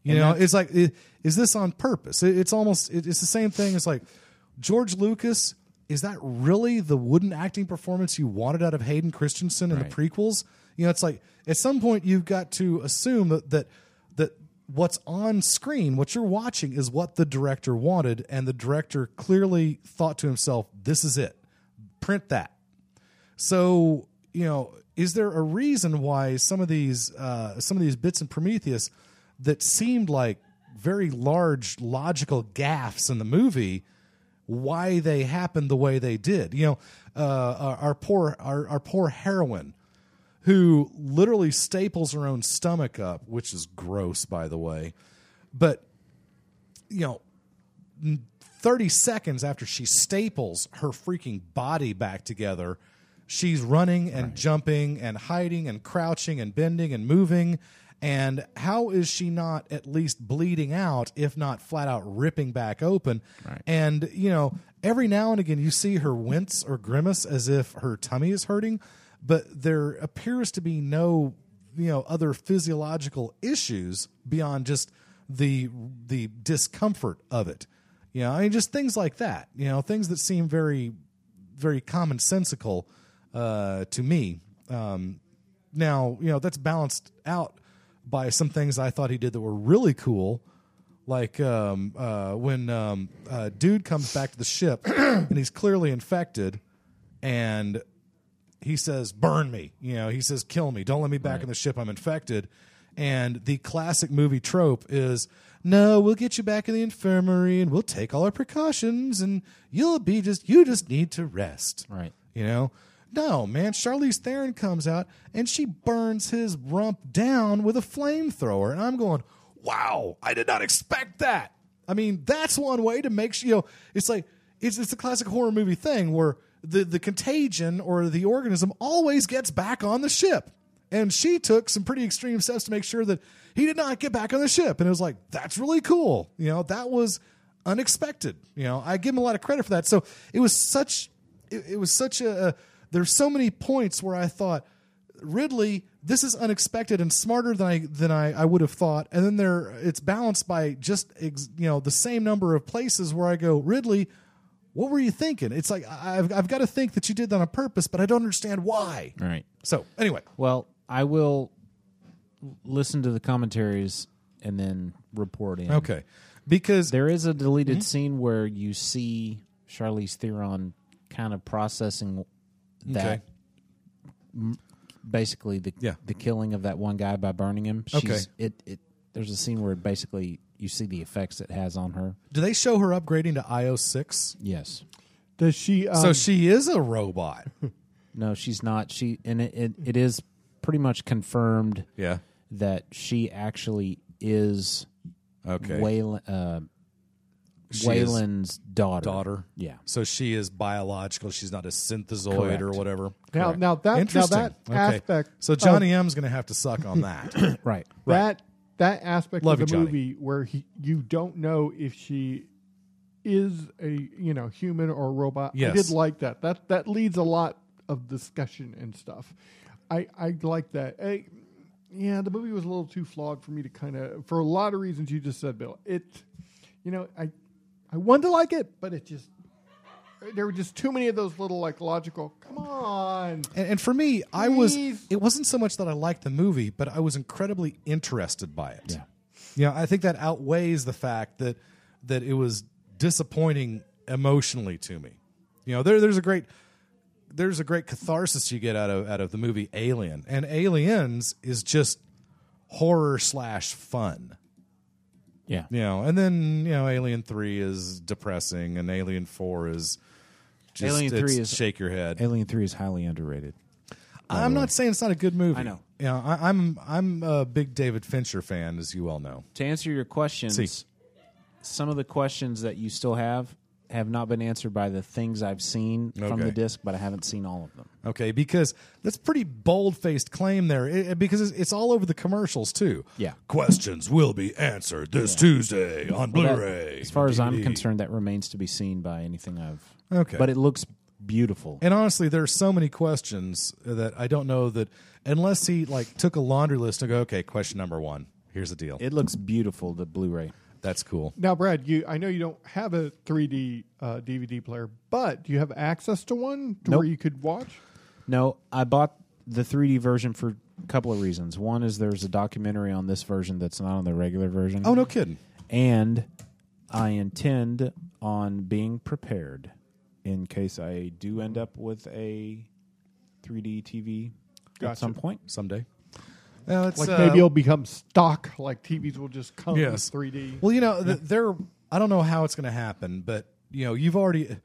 [SPEAKER 8] You
[SPEAKER 21] And
[SPEAKER 8] know,
[SPEAKER 21] that's-
[SPEAKER 8] it's like, i- is this on purpose? It- It's almost, it- it's the same thing. It's like George Lucas. Is that really the wooden acting performance you wanted out of Hayden Christensen in the prequels? You know, it's like at some point you've got to assume that that, that what's on screen, what you're watching, is what the director wanted, and the director clearly thought to himself, "This is it. Print that." So you know, is there a reason why some of these uh, some of these bits in Prometheus that seemed like very large logical gaffes in the movie? Why they happened the way they did? You know, uh, our, our poor our, our poor heroine who literally staples her own stomach up, which is gross, by the way. But, you know, n- 30 seconds after she staples her freaking body back together, she's running and jumping and hiding and crouching and bending and moving. And how is she not at least bleeding out, if not flat out ripping back open? And, you know, every now and again you see her wince or grimace as if her tummy is hurting, but there appears to be no, you know, other physiological issues beyond just the the discomfort of it. You know, I mean, just things like that. You know, things that seem very, very commonsensical uh, to me. Um, now, you know, that's balanced out by some things I thought he did that were really cool, like um, uh, when um, uh, dude comes back to the ship and he's clearly infected, and he says, "Burn me," you know, he says, "Kill me," don't let me back in the ship, I'm infected. And the classic movie trope is, "No, we'll get you back in the infirmary and we'll take all our precautions, and you'll be just you just need to rest."
[SPEAKER 21] Right.
[SPEAKER 8] You know? No, man, Charlize Theron comes out and she burns his rump down with a flamethrower. And I'm going, wow, I did not expect that. I mean, that's one way to make sure, you know, it's like, it's, it's the classic horror movie thing where the, the contagion or the organism always gets back on the ship. And she took some pretty extreme steps to make sure that he did not get back on the ship. And it was like, that's really cool. You know, that was unexpected. You know, I give him a lot of credit for that. So it was such it, it was such a, a there's so many points where I thought Ridley this is unexpected and smarter than I than I, I would have thought and then there it's balanced by just ex, you know the same number of places where I go Ridley what were you thinking it's like I- I've, I've got to think that you did that on purpose but I don't understand why
[SPEAKER 21] All right.
[SPEAKER 8] so anyway
[SPEAKER 21] Well, I will listen to the commentaries and then report in.
[SPEAKER 8] Okay. Because
[SPEAKER 21] there is a deleted
[SPEAKER 8] Mhm.
[SPEAKER 21] scene where you see Charlize Theron kind of processing that
[SPEAKER 8] Okay.
[SPEAKER 21] m- basically the the killing of that one guy by burning him. She's,
[SPEAKER 8] Okay.
[SPEAKER 21] It it there's a scene where basically you see the effects it has on her.
[SPEAKER 8] do they show her upgrading to iOS 6
[SPEAKER 21] yes
[SPEAKER 4] Does she?
[SPEAKER 8] so
[SPEAKER 21] um,
[SPEAKER 8] she is a robot
[SPEAKER 21] No, she's not. She and it, it, it is pretty much confirmed.
[SPEAKER 8] Yeah.
[SPEAKER 21] that she actually is.
[SPEAKER 8] Okay.
[SPEAKER 21] Wayland, uh,
[SPEAKER 8] She is
[SPEAKER 21] Waylon's daughter.
[SPEAKER 8] daughter.
[SPEAKER 21] Yeah.
[SPEAKER 8] So she is biological. She's not a synthesoid
[SPEAKER 21] Correct.
[SPEAKER 8] or whatever.
[SPEAKER 4] Now- Correct. now that- now
[SPEAKER 8] Interesting.
[SPEAKER 4] that aspect
[SPEAKER 8] So Johnny M's going to have to suck on that.
[SPEAKER 21] right.
[SPEAKER 4] That that aspect
[SPEAKER 8] Love you,
[SPEAKER 4] of the
[SPEAKER 8] Johnny.
[SPEAKER 4] movie where he, you don't know if she is a you know human or robot. I
[SPEAKER 8] Yes.
[SPEAKER 4] did like that. That that leads a lot of discussion and stuff. I I like that. Hey, yeah, the movie was a little too flawed for me to kind of for a lot of reasons you just said, Bill. It you know I I wanted to like it, but it just there were just too many of those little like logical. Come on.
[SPEAKER 8] And, and for me, I was.
[SPEAKER 4] Please.
[SPEAKER 8] It wasn't so much that I liked the movie, but I was incredibly interested by it. Yeah. You know, I think that outweighs the fact that that it was disappointing emotionally to me. You know, there, there's a great there's a great catharsis you get out of out of the movie Alien, and Aliens is just horror slash fun.
[SPEAKER 21] Yeah.
[SPEAKER 8] You know, and then you know, Alien Three is depressing, and Alien Four is just,
[SPEAKER 21] Alien
[SPEAKER 8] it's
[SPEAKER 21] Three is
[SPEAKER 8] shake your head.
[SPEAKER 21] Alien Three is highly underrated.
[SPEAKER 8] I'm not saying it's not a good movie.
[SPEAKER 21] I know.
[SPEAKER 8] Yeah, I, I'm I'm a big David Fincher fan, as you well know.
[SPEAKER 21] To answer your questions,
[SPEAKER 8] See.
[SPEAKER 21] some of the questions that you still have have not been answered by the things I've seen from
[SPEAKER 8] Okay.
[SPEAKER 21] the disc, but I haven't seen all of them.
[SPEAKER 8] Okay, because that's a pretty bold faced claim there, it, it- because it's, it's all over the commercials too.
[SPEAKER 21] Yeah.
[SPEAKER 8] questions will be answered this Tuesday on
[SPEAKER 21] Well, that-
[SPEAKER 8] Blu-ray.
[SPEAKER 21] as far as I'm
[SPEAKER 8] DVD.
[SPEAKER 21] concerned, that remains to be seen by anything I've.
[SPEAKER 8] Okay.
[SPEAKER 21] But it looks beautiful.
[SPEAKER 8] And honestly, there are so many questions that I don't know that unless he like took a laundry list and go, okay, question number one, here's the deal.
[SPEAKER 21] It looks beautiful, the Blu-ray.
[SPEAKER 8] That's cool.
[SPEAKER 4] Now, Brad, you I know you don't have a 3D uh, DVD player, but do you have access to one to
[SPEAKER 21] Nope.
[SPEAKER 4] where you could watch?
[SPEAKER 21] No, I bought the 3D version for a couple of reasons. One is there's a documentary on this version that's not on the regular version.
[SPEAKER 8] Oh, no kidding.
[SPEAKER 21] And I intend on being prepared in case I do end up with a 3D TV at
[SPEAKER 4] Gotcha.
[SPEAKER 21] some point
[SPEAKER 8] someday. Now, it's,
[SPEAKER 4] like
[SPEAKER 8] uh,
[SPEAKER 4] maybe it'll become stock. Like TVs will just come
[SPEAKER 8] Yes.
[SPEAKER 4] with 3D.
[SPEAKER 8] Well, you know, th- there. I don't know how it's going to happen, but you know, you've already.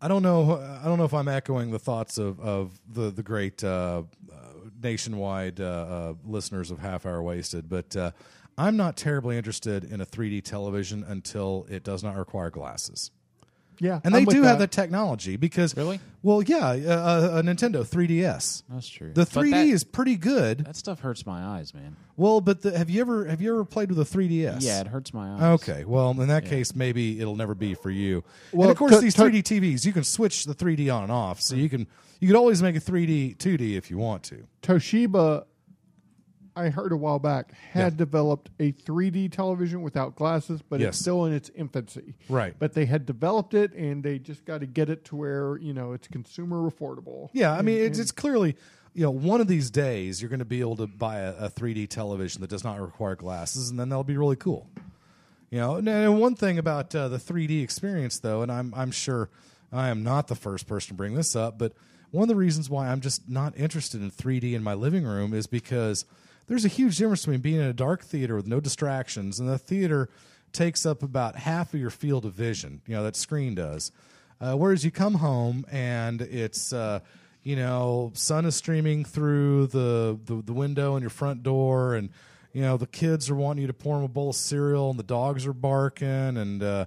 [SPEAKER 8] I don't know. I don't know if I'm echoing the thoughts of, of the the great uh, uh, nationwide uh, uh, listeners of Half Hour Wasted, but uh, I'm not terribly interested in a 3D television until it does not require glasses.
[SPEAKER 4] yeah,
[SPEAKER 8] And
[SPEAKER 4] I'm
[SPEAKER 8] they
[SPEAKER 4] with
[SPEAKER 8] do
[SPEAKER 4] that.
[SPEAKER 8] have that technology because really, well, yeah, uh, uh, a Nintendo 3DS.
[SPEAKER 21] That's true.
[SPEAKER 8] The
[SPEAKER 21] But
[SPEAKER 8] 3D
[SPEAKER 21] that-
[SPEAKER 8] is pretty good.
[SPEAKER 21] That stuff hurts my eyes, man.
[SPEAKER 8] Well, but the, have you ever have you ever played with a 3DS?
[SPEAKER 21] Yeah, it hurts my eyes.
[SPEAKER 8] Okay, well, in that case, maybe it'll never be for you.
[SPEAKER 21] Well,
[SPEAKER 8] and of course,
[SPEAKER 21] t-
[SPEAKER 8] these
[SPEAKER 21] t-
[SPEAKER 8] 3D TVs, you can switch the 3D on and off, so you can you could always make a 3D 2D if you want to.
[SPEAKER 4] Toshiba. I heard a while back had developed a 3D television without glasses, but
[SPEAKER 8] Yes.
[SPEAKER 4] it's still in its infancy.
[SPEAKER 8] Right.
[SPEAKER 4] But they had developed it, and they just got to get it to where you know it's consumer affordable.
[SPEAKER 8] Yeah, I mean,
[SPEAKER 4] And-
[SPEAKER 8] it's,
[SPEAKER 4] and-
[SPEAKER 8] it's clearly you know one of these days you're going to be able to buy a, a 3D television that does not require glasses, and then that'll be really cool. You know, and- and one thing about uh, the 3D experience, though, and I'm I'm sure I am not the first person to bring this up, but one of the reasons why I'm just not interested in 3D in my living room is because there's a huge difference between being in a dark theater with no distractions, and the theater takes up about half of your field of vision. You know that screen does. Uh, whereas you come home and it's uh, you know sun is streaming through the, the the window in your front door and you know the kids are wanting you to pour them a bowl of cereal and the dogs are barking and uh,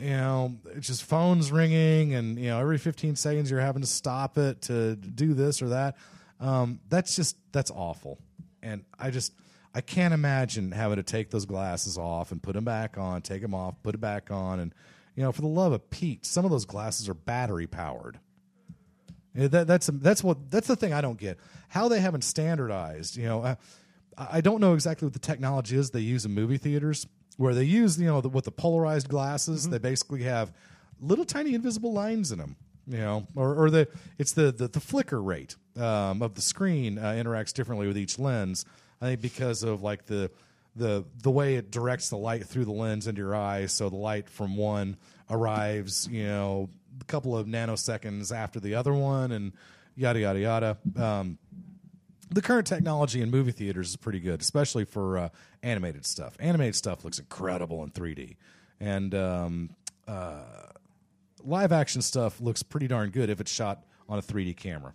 [SPEAKER 8] you know it's just phones ringing and you know every 15 seconds you're having to stop it to do this or that um, that's just that's awful and i just i can't imagine having to take those glasses off and put them back on take them off put it back on and you know for the love of pete some of those glasses are battery powered yeah, Eh, that, that's that's what that's the thing I don't get. How they haven't standardized, you know, I, I don't know exactly what the technology is they use in movie theaters where they use, you know, the, with the polarized glasses, they basically have little tiny invisible lines in them, you know, or or the it's the the, the flicker rate um, of the screen uh, interacts differently with each lens. I think because of like the the the way it directs the light through the lens into your eyes, so the light from one arrives, you know, a couple of nanoseconds after the other one, and yada yada yada. Um, the current technology in movie theaters is pretty good, especially for uh, animated stuff. Animated stuff looks incredible in 3D, and um, uh, live action stuff looks pretty darn good if it's shot on a 3D camera.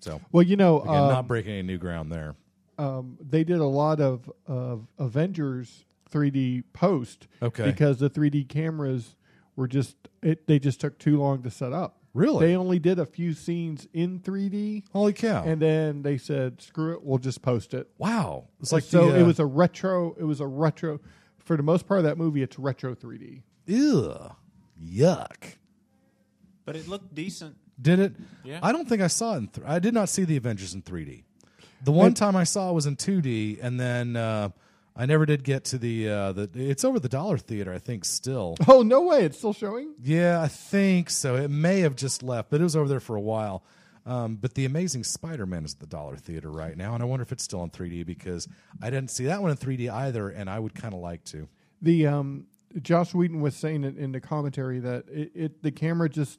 [SPEAKER 8] So,
[SPEAKER 4] Well, you know,
[SPEAKER 8] again, not
[SPEAKER 4] um,
[SPEAKER 8] breaking any new ground there.
[SPEAKER 4] um, they did a lot of of Avengers 3D post.
[SPEAKER 8] Okay.
[SPEAKER 4] Because the 3D cameras were just it, they just took too long to set up.
[SPEAKER 8] Really?
[SPEAKER 4] They only did a few scenes in 3D.
[SPEAKER 8] Holy cow!
[SPEAKER 4] And then they said, "Screw it, we'll just post it."
[SPEAKER 8] Wow!
[SPEAKER 4] It's like so. The, uh, it was a retro. It was a retro. For the most part of that movie, it's retro 3D.
[SPEAKER 8] Ew! uh, Yuck!
[SPEAKER 21] But it looked decent.
[SPEAKER 8] Did it?
[SPEAKER 21] Yeah.
[SPEAKER 8] I don't think I saw it. In th- I did not see the Avengers in 3D. The one
[SPEAKER 4] It-
[SPEAKER 8] time I saw it was in 2D, and then uh, I never did get to the uh, the. It's over the Dollar Theater, I think, still.
[SPEAKER 4] Oh no way! It's still showing.
[SPEAKER 8] Yeah, I think so. It may have just left, but it was over there for a while. Um, but the Amazing Spider-Man is at the Dollar Theater right now, and I wonder if it's still in 3D because I didn't see that one in 3D either, and I would kind of like to.
[SPEAKER 4] The um, Josh Whedon was saying it in the commentary that it, it the camera just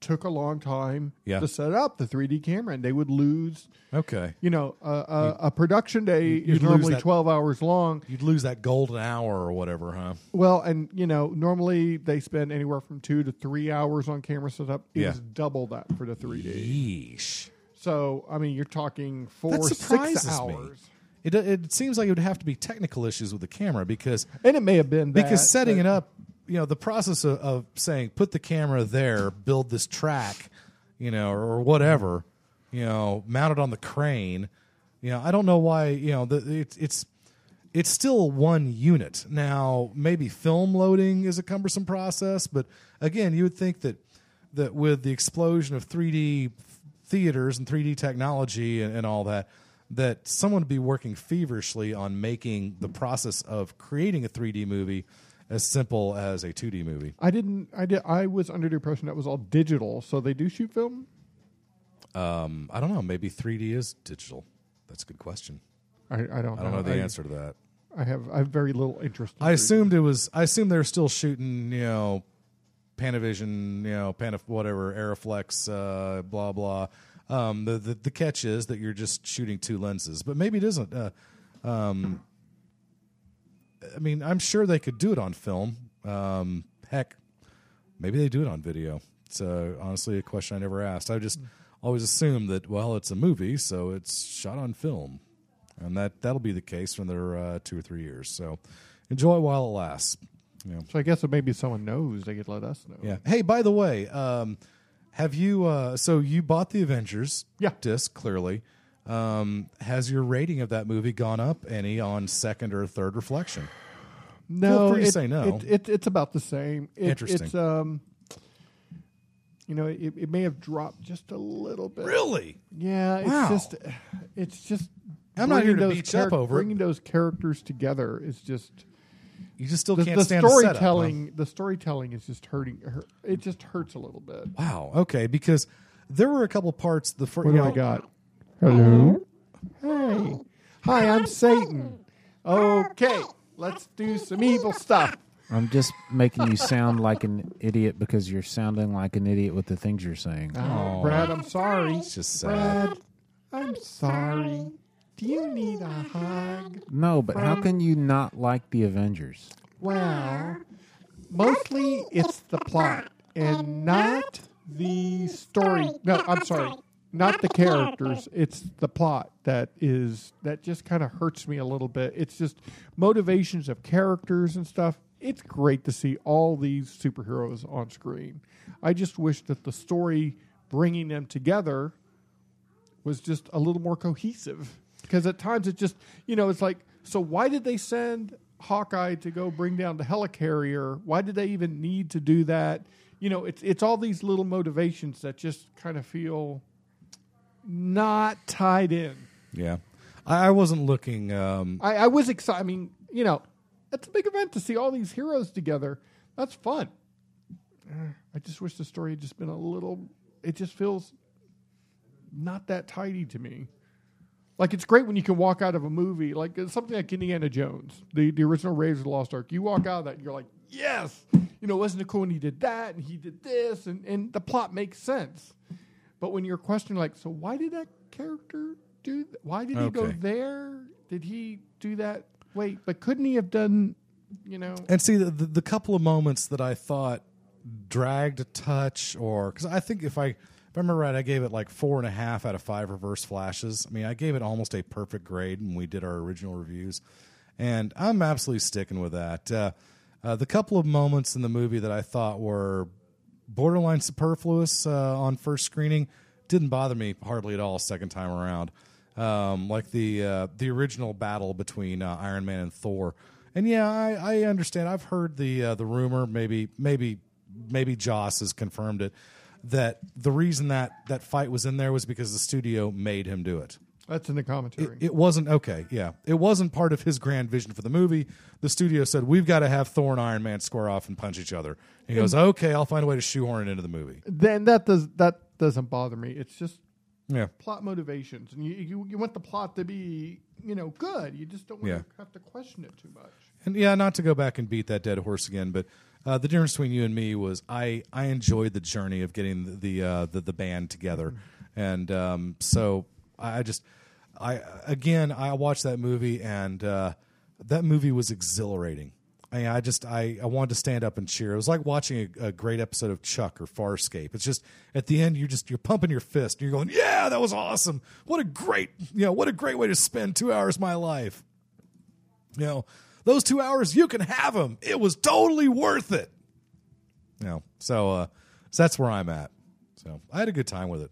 [SPEAKER 4] took a long time
[SPEAKER 8] Yeah.
[SPEAKER 4] to set up the 3D camera, and they would lose.
[SPEAKER 8] Okay,
[SPEAKER 4] You know, a, a, a production day
[SPEAKER 8] You'd lose
[SPEAKER 4] is normally
[SPEAKER 8] that-
[SPEAKER 4] twelve hours long.
[SPEAKER 8] you'd lose that golden hour or whatever, huh?
[SPEAKER 4] Well, and you know, normally they spend anywhere from two to three hours on camera setup. It
[SPEAKER 8] Yeah.
[SPEAKER 4] was double that for the 3D.
[SPEAKER 8] Yeesh.
[SPEAKER 4] So, I mean, you're talking four,
[SPEAKER 8] That
[SPEAKER 4] six
[SPEAKER 8] surprises me.
[SPEAKER 4] hours.
[SPEAKER 8] It, it seems like it would have to be technical issues with the camera because
[SPEAKER 4] And it may have been that,
[SPEAKER 8] because setting
[SPEAKER 4] but-
[SPEAKER 8] it up, you know, the process of, of saying put the camera there, build this track, you know, or whatever, you know, mount it on the crane, you know, I don't know why, you know, the, it's it's it's still one unit. Now, maybe film loading is a cumbersome process, but again, you would think that that with the explosion of 3D theaters and 3D technology and, and all that, that someone would be working feverishly on making the process of creating a 3D movie as simple as a 2D movie.
[SPEAKER 4] I didn't. I did. I was under the impression that was all digital. So they do shoot film.
[SPEAKER 8] Um, I don't know. Maybe 3D is digital. That's a good question.
[SPEAKER 4] I, I don't.
[SPEAKER 8] I don't know, the
[SPEAKER 4] I-
[SPEAKER 8] answer to that.
[SPEAKER 4] I have. I have very little interest. in
[SPEAKER 8] I
[SPEAKER 4] 3D.
[SPEAKER 8] assumed it was. I assumed they were still shooting. You know, Panavision. You know, Pana whatever Aeroflex. Uh, blah blah. Um, the, the the catch is that you're just shooting two lenses, but maybe it isn't. Uh, um, I mean, I'm sure they could do it on film. Um, heck, maybe they do it on video. It's uh, honestly a question I never asked. I just always assumed that well, it's a movie, so it's shot on film, and that that'll be the case for another uh, two or three years. So enjoy while it lasts. Yeah.
[SPEAKER 4] So I guess if maybe someone knows, they could let us know.
[SPEAKER 8] Yeah. Hey, by the way, um, have you? Uh, so you bought the Avengers
[SPEAKER 4] yeah.
[SPEAKER 8] disc clearly. Um, has your rating of that movie gone up any on second or third reflection?
[SPEAKER 4] No,
[SPEAKER 8] Feel free to
[SPEAKER 4] it-
[SPEAKER 8] say no.
[SPEAKER 4] It, it, it's about the same. It,
[SPEAKER 8] Interesting.
[SPEAKER 4] It's um, you know, it, it may have dropped just a little bit.
[SPEAKER 8] Really?
[SPEAKER 4] Yeah. It's
[SPEAKER 8] Wow.
[SPEAKER 4] just, it's just.
[SPEAKER 8] I'm not here
[SPEAKER 4] bringing
[SPEAKER 8] to
[SPEAKER 4] those
[SPEAKER 8] beat you up
[SPEAKER 4] charac-
[SPEAKER 8] over it.
[SPEAKER 4] Bringing those characters together is just.
[SPEAKER 8] You just still
[SPEAKER 4] the,
[SPEAKER 8] can't
[SPEAKER 4] the
[SPEAKER 8] stand the setup, huh?
[SPEAKER 4] storytelling. The, storytelling is just hurting. Hurt, it just hurts a little bit.
[SPEAKER 8] Wow. Okay. Because there were a couple parts. The first.
[SPEAKER 4] What do I got? Hello. Hey. Hi, I'm Satan. Okay, let's do some evil stuff.
[SPEAKER 21] I'm just making you sound like an idiot because you're sounding like an idiot with the things you're saying.
[SPEAKER 4] Oh, Brad, I'm sorry.
[SPEAKER 8] It's just
[SPEAKER 4] Brad, I'm sorry. Do you need a hug?
[SPEAKER 21] No, but how can you not like the Avengers?
[SPEAKER 4] Well, mostly it's the plot and not the story. No, I'm sorry. Not the characters. It's the plot that is that just kind of hurts me a little bit. It's just motivations of characters and stuff. It's great to see all these superheroes on screen. I just wish that the story bringing them together was just a little more cohesive because at times it just you know it's like so why did they send Hawkeye to go bring down the helicarrier? Why did they even need to do that? You know, it's it's all these little motivations that just kind of feel not tied in.
[SPEAKER 8] Yeah. I, I wasn't looking. Um,
[SPEAKER 4] I, I was excited. I mean, you know, it's a big event to see all these heroes together. That's fun. Uh, I just wish the story had just been a little. It just feels not that tidy to me. Like it's great when you can walk out of a movie, like it's something like Indiana Jones, the, the original Raiders of the Lost Ark. You walk out of that, and you're like, yes, you know, wasn't it cool when he did that and he did this, and, and the plot makes sense. But when you're questioning, like, so why did that character do? Th- why did he go
[SPEAKER 8] Okay.
[SPEAKER 4] there? Did he do that? Wait, but couldn't he have done? You know,
[SPEAKER 8] And see, the, the, the couple of moments that I thought dragged a touch, or because I think if I, if I remember right, I gave it like four and a half out of five reverse flashes. I mean, I gave it almost a perfect grade when we did our original reviews. and I'm absolutely sticking with that. Uh, uh, the couple of moments in the movie that I thought were borderline superfluous uh, on first screening didn't bother me hardly at all second time around. Um, like the uh, the original battle between uh, Iron Man and Thor, and yeah, I, I understand. I've heard the uh, the rumor, maybe maybe maybe Joss has confirmed it, that the reason that that fight was in there was because the studio made him do it.
[SPEAKER 4] That's in the commentary.
[SPEAKER 8] It wasn't okay. Yeah, it wasn't part of his grand vision for the movie. The studio said we've got to have Thor and Iron Man square off and punch each other. He goes, okay, I'll find a way to shoehorn it into the movie.
[SPEAKER 4] Then that does that doesn't bother me. It's just
[SPEAKER 8] Yeah.
[SPEAKER 4] plot motivations, and you, you you want the plot to be you know good. You just don't want to have to question it too much.
[SPEAKER 8] And yeah, not to go back and beat that dead horse again, but uh, the difference between you and me was I, I enjoyed the journey of getting the the, uh, the, the band together, and um, so I I just I again I watched that movie and uh, that movie was exhilarating. I, I just I, I wanted to stand up and cheer. It was like watching a, a great episode of Chuck or Farscape. It's just at the end you're just you're pumping your fist and you're going, yeah, that was awesome. What a great you know what a great way to spend two hours of my life. You know those two hours you can have them. It was totally worth it. You know so uh, so that's where I'm at. So I had a good time with it.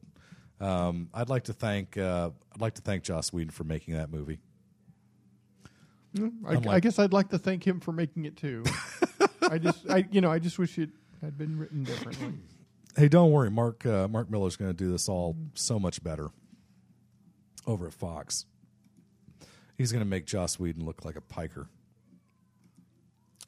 [SPEAKER 8] Um, I'd like to thank uh, I'd like to thank Joss Whedon for making that movie.
[SPEAKER 21] Mm-hmm.
[SPEAKER 4] I, I
[SPEAKER 8] Unlike-
[SPEAKER 4] guess I'd like to thank him for making it too. I just I you know I just wish it had been written differently.
[SPEAKER 8] Hey, don't worry, Mark. Uh, Mark Miller's going to do this all so much better over at Fox. He's going to make Joss Whedon look like a piker.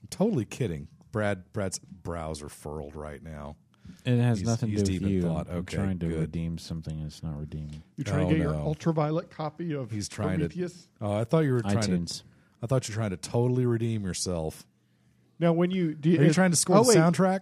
[SPEAKER 8] I'm totally kidding. Brad, Brad's brows are furled right now.
[SPEAKER 21] It has
[SPEAKER 8] He's-
[SPEAKER 21] nothing
[SPEAKER 8] he's
[SPEAKER 21] to do
[SPEAKER 8] deep
[SPEAKER 21] with
[SPEAKER 8] in
[SPEAKER 21] you.
[SPEAKER 8] thought.
[SPEAKER 21] I'm
[SPEAKER 8] Okay,
[SPEAKER 21] trying to
[SPEAKER 8] good.
[SPEAKER 21] redeem something that's not redeeming.
[SPEAKER 4] You're trying
[SPEAKER 8] Oh,
[SPEAKER 4] to get your
[SPEAKER 8] no.
[SPEAKER 4] ultraviolet copy of
[SPEAKER 8] He's trying
[SPEAKER 4] Prometheus.
[SPEAKER 8] to. Oh, I thought you were trying
[SPEAKER 21] iTunes.
[SPEAKER 8] to. I thought you were trying to totally redeem yourself.
[SPEAKER 4] Now, when you do,
[SPEAKER 8] Are you trying to score
[SPEAKER 21] Oh,
[SPEAKER 8] the soundtrack?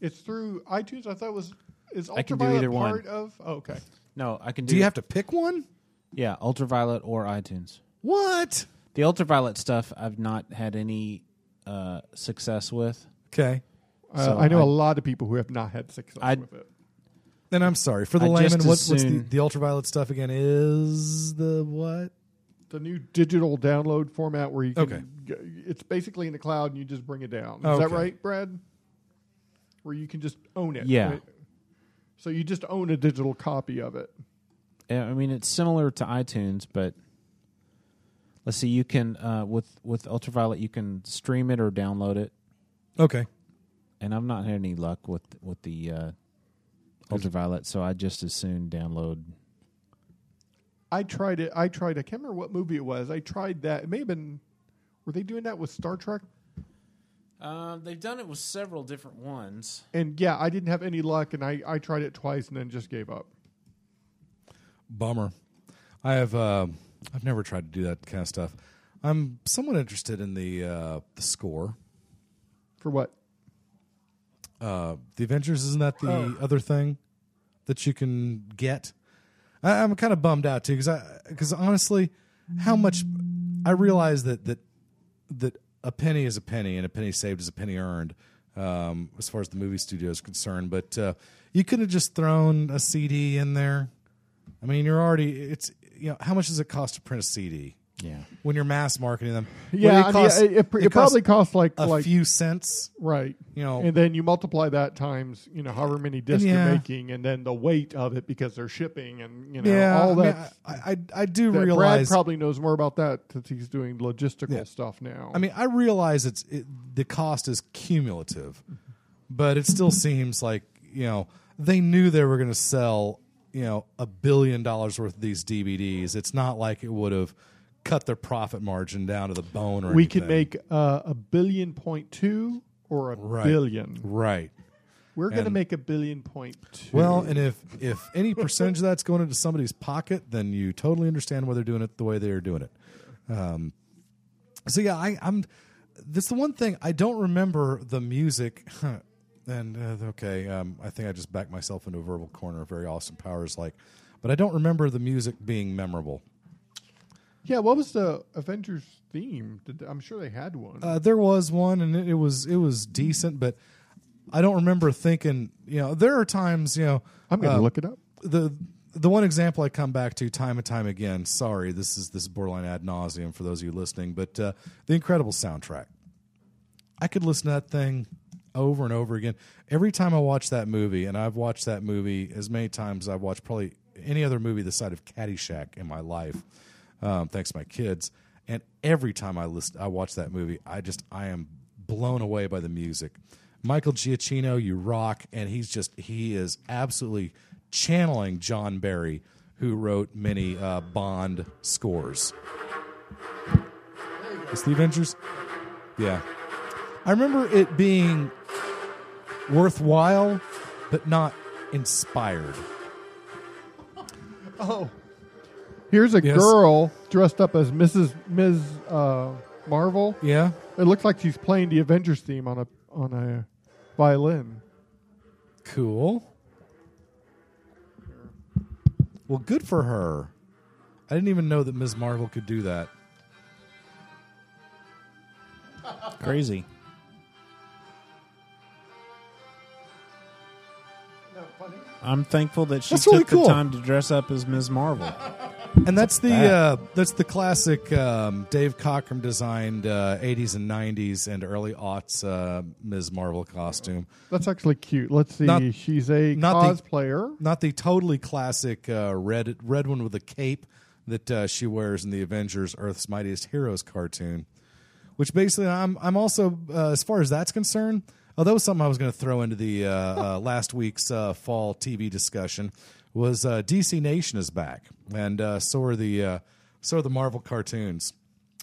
[SPEAKER 4] It's through iTunes. I thought it was is
[SPEAKER 21] I can do
[SPEAKER 4] ultraviolet
[SPEAKER 21] either one.
[SPEAKER 4] part of. Oh, okay,
[SPEAKER 21] No, I can do.
[SPEAKER 8] Do you have to pick one?
[SPEAKER 21] Yeah, ultraviolet or iTunes.
[SPEAKER 8] What?
[SPEAKER 21] The ultraviolet stuff I've not had any uh, success with.
[SPEAKER 8] Okay.
[SPEAKER 4] Uh, I know a lot of people who have not had success
[SPEAKER 21] I'd-
[SPEAKER 4] with it.
[SPEAKER 8] Then I'm sorry for the
[SPEAKER 21] I just
[SPEAKER 8] layman. What, what's the,
[SPEAKER 21] assume-
[SPEAKER 8] the ultraviolet stuff again? Is the what?
[SPEAKER 4] The new digital download format where you can,
[SPEAKER 8] Okay.
[SPEAKER 4] g- it's basically in the cloud and you just bring it down. Is that
[SPEAKER 8] Okay.
[SPEAKER 4] right, Brad? Where you can just own it.
[SPEAKER 21] Yeah.
[SPEAKER 4] right? So you just own a digital copy of it.
[SPEAKER 21] Yeah, Eh, I mean, it's similar to iTunes, but let's see. You can uh, with with ultraviolet, you can stream it or download it.
[SPEAKER 8] Okay.
[SPEAKER 21] And I've not had any luck with with the uh, ultraviolet, so I just as soon download.
[SPEAKER 4] I tried it. I tried. I can't remember what movie it was. I tried that. It may have been. Were they doing that with Star Trek?
[SPEAKER 21] Um, they've done it with several different ones.
[SPEAKER 4] And yeah, I didn't have any luck, and I, I tried it twice and then just gave up.
[SPEAKER 8] Bummer. I have. Uh, I've never tried to do that kind of stuff. I'm somewhat interested in the uh, the score.
[SPEAKER 4] For what?
[SPEAKER 8] Uh, the Avengers isn't that the
[SPEAKER 4] Oh.
[SPEAKER 8] other thing that you can get? I, I'm kind of bummed out too because I because honestly, how much I realize that that that a penny is a penny and a penny saved is a penny earned um, as far as the movie studio is concerned. But uh, you could have just thrown a CD in there. I mean, you're already it's you know how much does it cost to print a CD?
[SPEAKER 21] Yeah,
[SPEAKER 8] when you're mass marketing them, Well,
[SPEAKER 4] Yeah, I mean,
[SPEAKER 8] costs-
[SPEAKER 4] it, it, pr- it probably costs like
[SPEAKER 8] a
[SPEAKER 4] like
[SPEAKER 8] few cents,
[SPEAKER 4] right?
[SPEAKER 8] You know,
[SPEAKER 4] and then you multiply that times you know however many discs
[SPEAKER 8] Yeah.
[SPEAKER 4] you're making, and then the weight of it because they're shipping and you know
[SPEAKER 8] Yeah, I
[SPEAKER 4] all
[SPEAKER 8] mean,
[SPEAKER 4] that.
[SPEAKER 8] I, I I do
[SPEAKER 4] that
[SPEAKER 8] realize
[SPEAKER 4] Brad probably knows more about that since he's doing logistical stuff now.
[SPEAKER 8] I mean, I realize it's it, the cost is cumulative, but it still seems like you know they knew they were going to sell you know a billion dollars worth of these DVDs. It's not like it would have cut their profit margin down to the bone or
[SPEAKER 4] we
[SPEAKER 8] anything.
[SPEAKER 4] could make uh, a billion point two or a
[SPEAKER 8] Right.
[SPEAKER 4] billion.
[SPEAKER 8] right.
[SPEAKER 4] We're going to
[SPEAKER 8] And-
[SPEAKER 4] make a billion point two.
[SPEAKER 8] Well, and if if any percentage of that's going into somebody's pocket, then you totally understand why they're doing it the way they are doing it. Um, so yeah, I, I'm. That's the one thing I don't remember the music. and uh, okay, um, I think I just backed myself into a verbal corner. Very awesome powers, like, but I don't remember the music being memorable.
[SPEAKER 4] yeah, what was the Avengers theme? Did, I'm sure they had one.
[SPEAKER 8] Uh, there was one, and it, it was it was decent, but I don't remember thinking. You know, there are times you know
[SPEAKER 4] I'm gonna
[SPEAKER 8] uh,
[SPEAKER 4] look it up.
[SPEAKER 8] The the one example I come back to time and time again. Sorry, this is this is borderline ad nauseum for those of you listening, but uh, the incredible soundtrack. I could listen to that thing over and over again. Every time I watch that movie, and I've watched that movie as many times as I've watched probably any other movie the side of Caddyshack in my life, um, thanks to my kids. And every time I listen, I watch that movie, I just I am blown away by the music. Michael Giacchino, you rock, and he's just he is absolutely channeling John Barry, who wrote many uh, Bond scores. It's the Avengers. Yeah, I remember it being worthwhile, but not inspired.
[SPEAKER 4] Oh, here's a
[SPEAKER 8] Yes.
[SPEAKER 4] girl dressed up as Mrs. Ms. Uh, Marvel.
[SPEAKER 8] Yeah.
[SPEAKER 4] it looks like she's playing the Avengers theme on a on a violin.
[SPEAKER 8] Cool. Well, good for her. I didn't even know that Ms. Marvel could do that.
[SPEAKER 18] Crazy. I'm thankful that she
[SPEAKER 8] That's
[SPEAKER 18] took
[SPEAKER 8] really cool.
[SPEAKER 18] the time to dress up as Ms. Marvel.
[SPEAKER 8] And that's the
[SPEAKER 18] That.
[SPEAKER 8] uh, that's the classic um, Dave Cockrum designed uh, 80s and 90s and early aughts uh, Ms. Marvel costume.
[SPEAKER 4] That's actually cute. Let's see.
[SPEAKER 8] Not-
[SPEAKER 4] she's a
[SPEAKER 8] not the-
[SPEAKER 4] cosplayer.
[SPEAKER 8] Not the totally classic uh, red red one with a cape that uh, she wears in the Avengers Earth's Mightiest Heroes cartoon. Which basically, I'm I'm also uh, as far as that's concerned. Oh, that was something I was going to throw into the uh, uh, last week's uh, fall TV discussion. Was uh, DC Nation is back, and uh, so are the uh, so are the Marvel cartoons.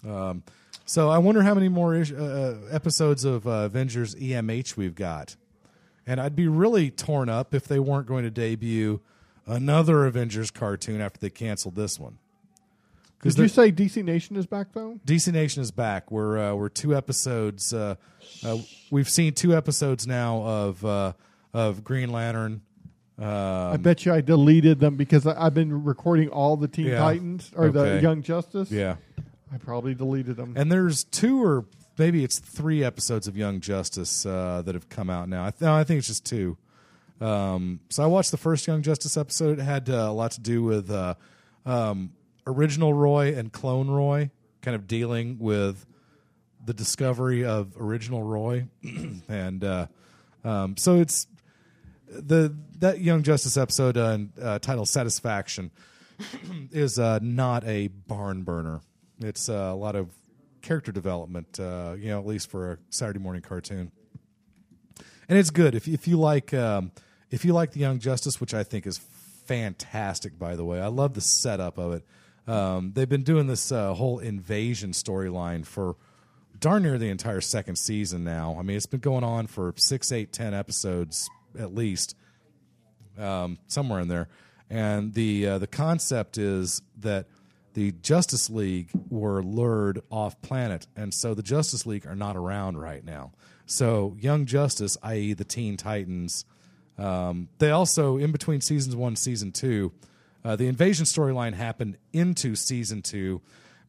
[SPEAKER 8] Um, so I wonder how many more ish, uh, uh, episodes of uh, Avengers EMH we've got. And I'd be really torn up if they weren't going to debut another Avengers cartoon after they canceled this one.
[SPEAKER 4] Did you say DC Nation is back though?
[SPEAKER 8] DC Nation is back. We're uh, we're two episodes. Uh, uh, we've seen two episodes now of uh, of Green Lantern. Um,
[SPEAKER 4] I bet you I deleted them because I, I've been recording all the Teen
[SPEAKER 8] Yeah.
[SPEAKER 4] Titans or the
[SPEAKER 8] Okay.
[SPEAKER 4] Young Justice.
[SPEAKER 8] Yeah.
[SPEAKER 4] I probably deleted them.
[SPEAKER 8] And there's two or maybe it's three episodes of Young Justice uh, that have come out now. I, th- no, I think it's just two. Um, so I watched the first Young Justice episode. It had uh, a lot to do with uh, um, original Roy and clone Roy, kind of dealing with the discovery of original Roy, and uh, um, so it's the that Young Justice episode uh, uh, titled "Satisfaction" is uh, not a barn burner. It's uh, a lot of character development, uh, you know, at least for a Saturday morning cartoon. And it's good if if you like um, if you like the Young Justice, which I think is fantastic. By the way, I love the setup of it. Um, they've been doing this uh, whole invasion storyline for darn near the entire second season now. I mean, it's been going on for six, eight, ten episodes at least um, somewhere in there. And the uh, the concept is that the Justice League were lured off planet, and so the Justice League are not around right now. So Young Justice, i.e., the Teen Titans, um, they also in between seasons one, season two, uh, the invasion storyline happened into season two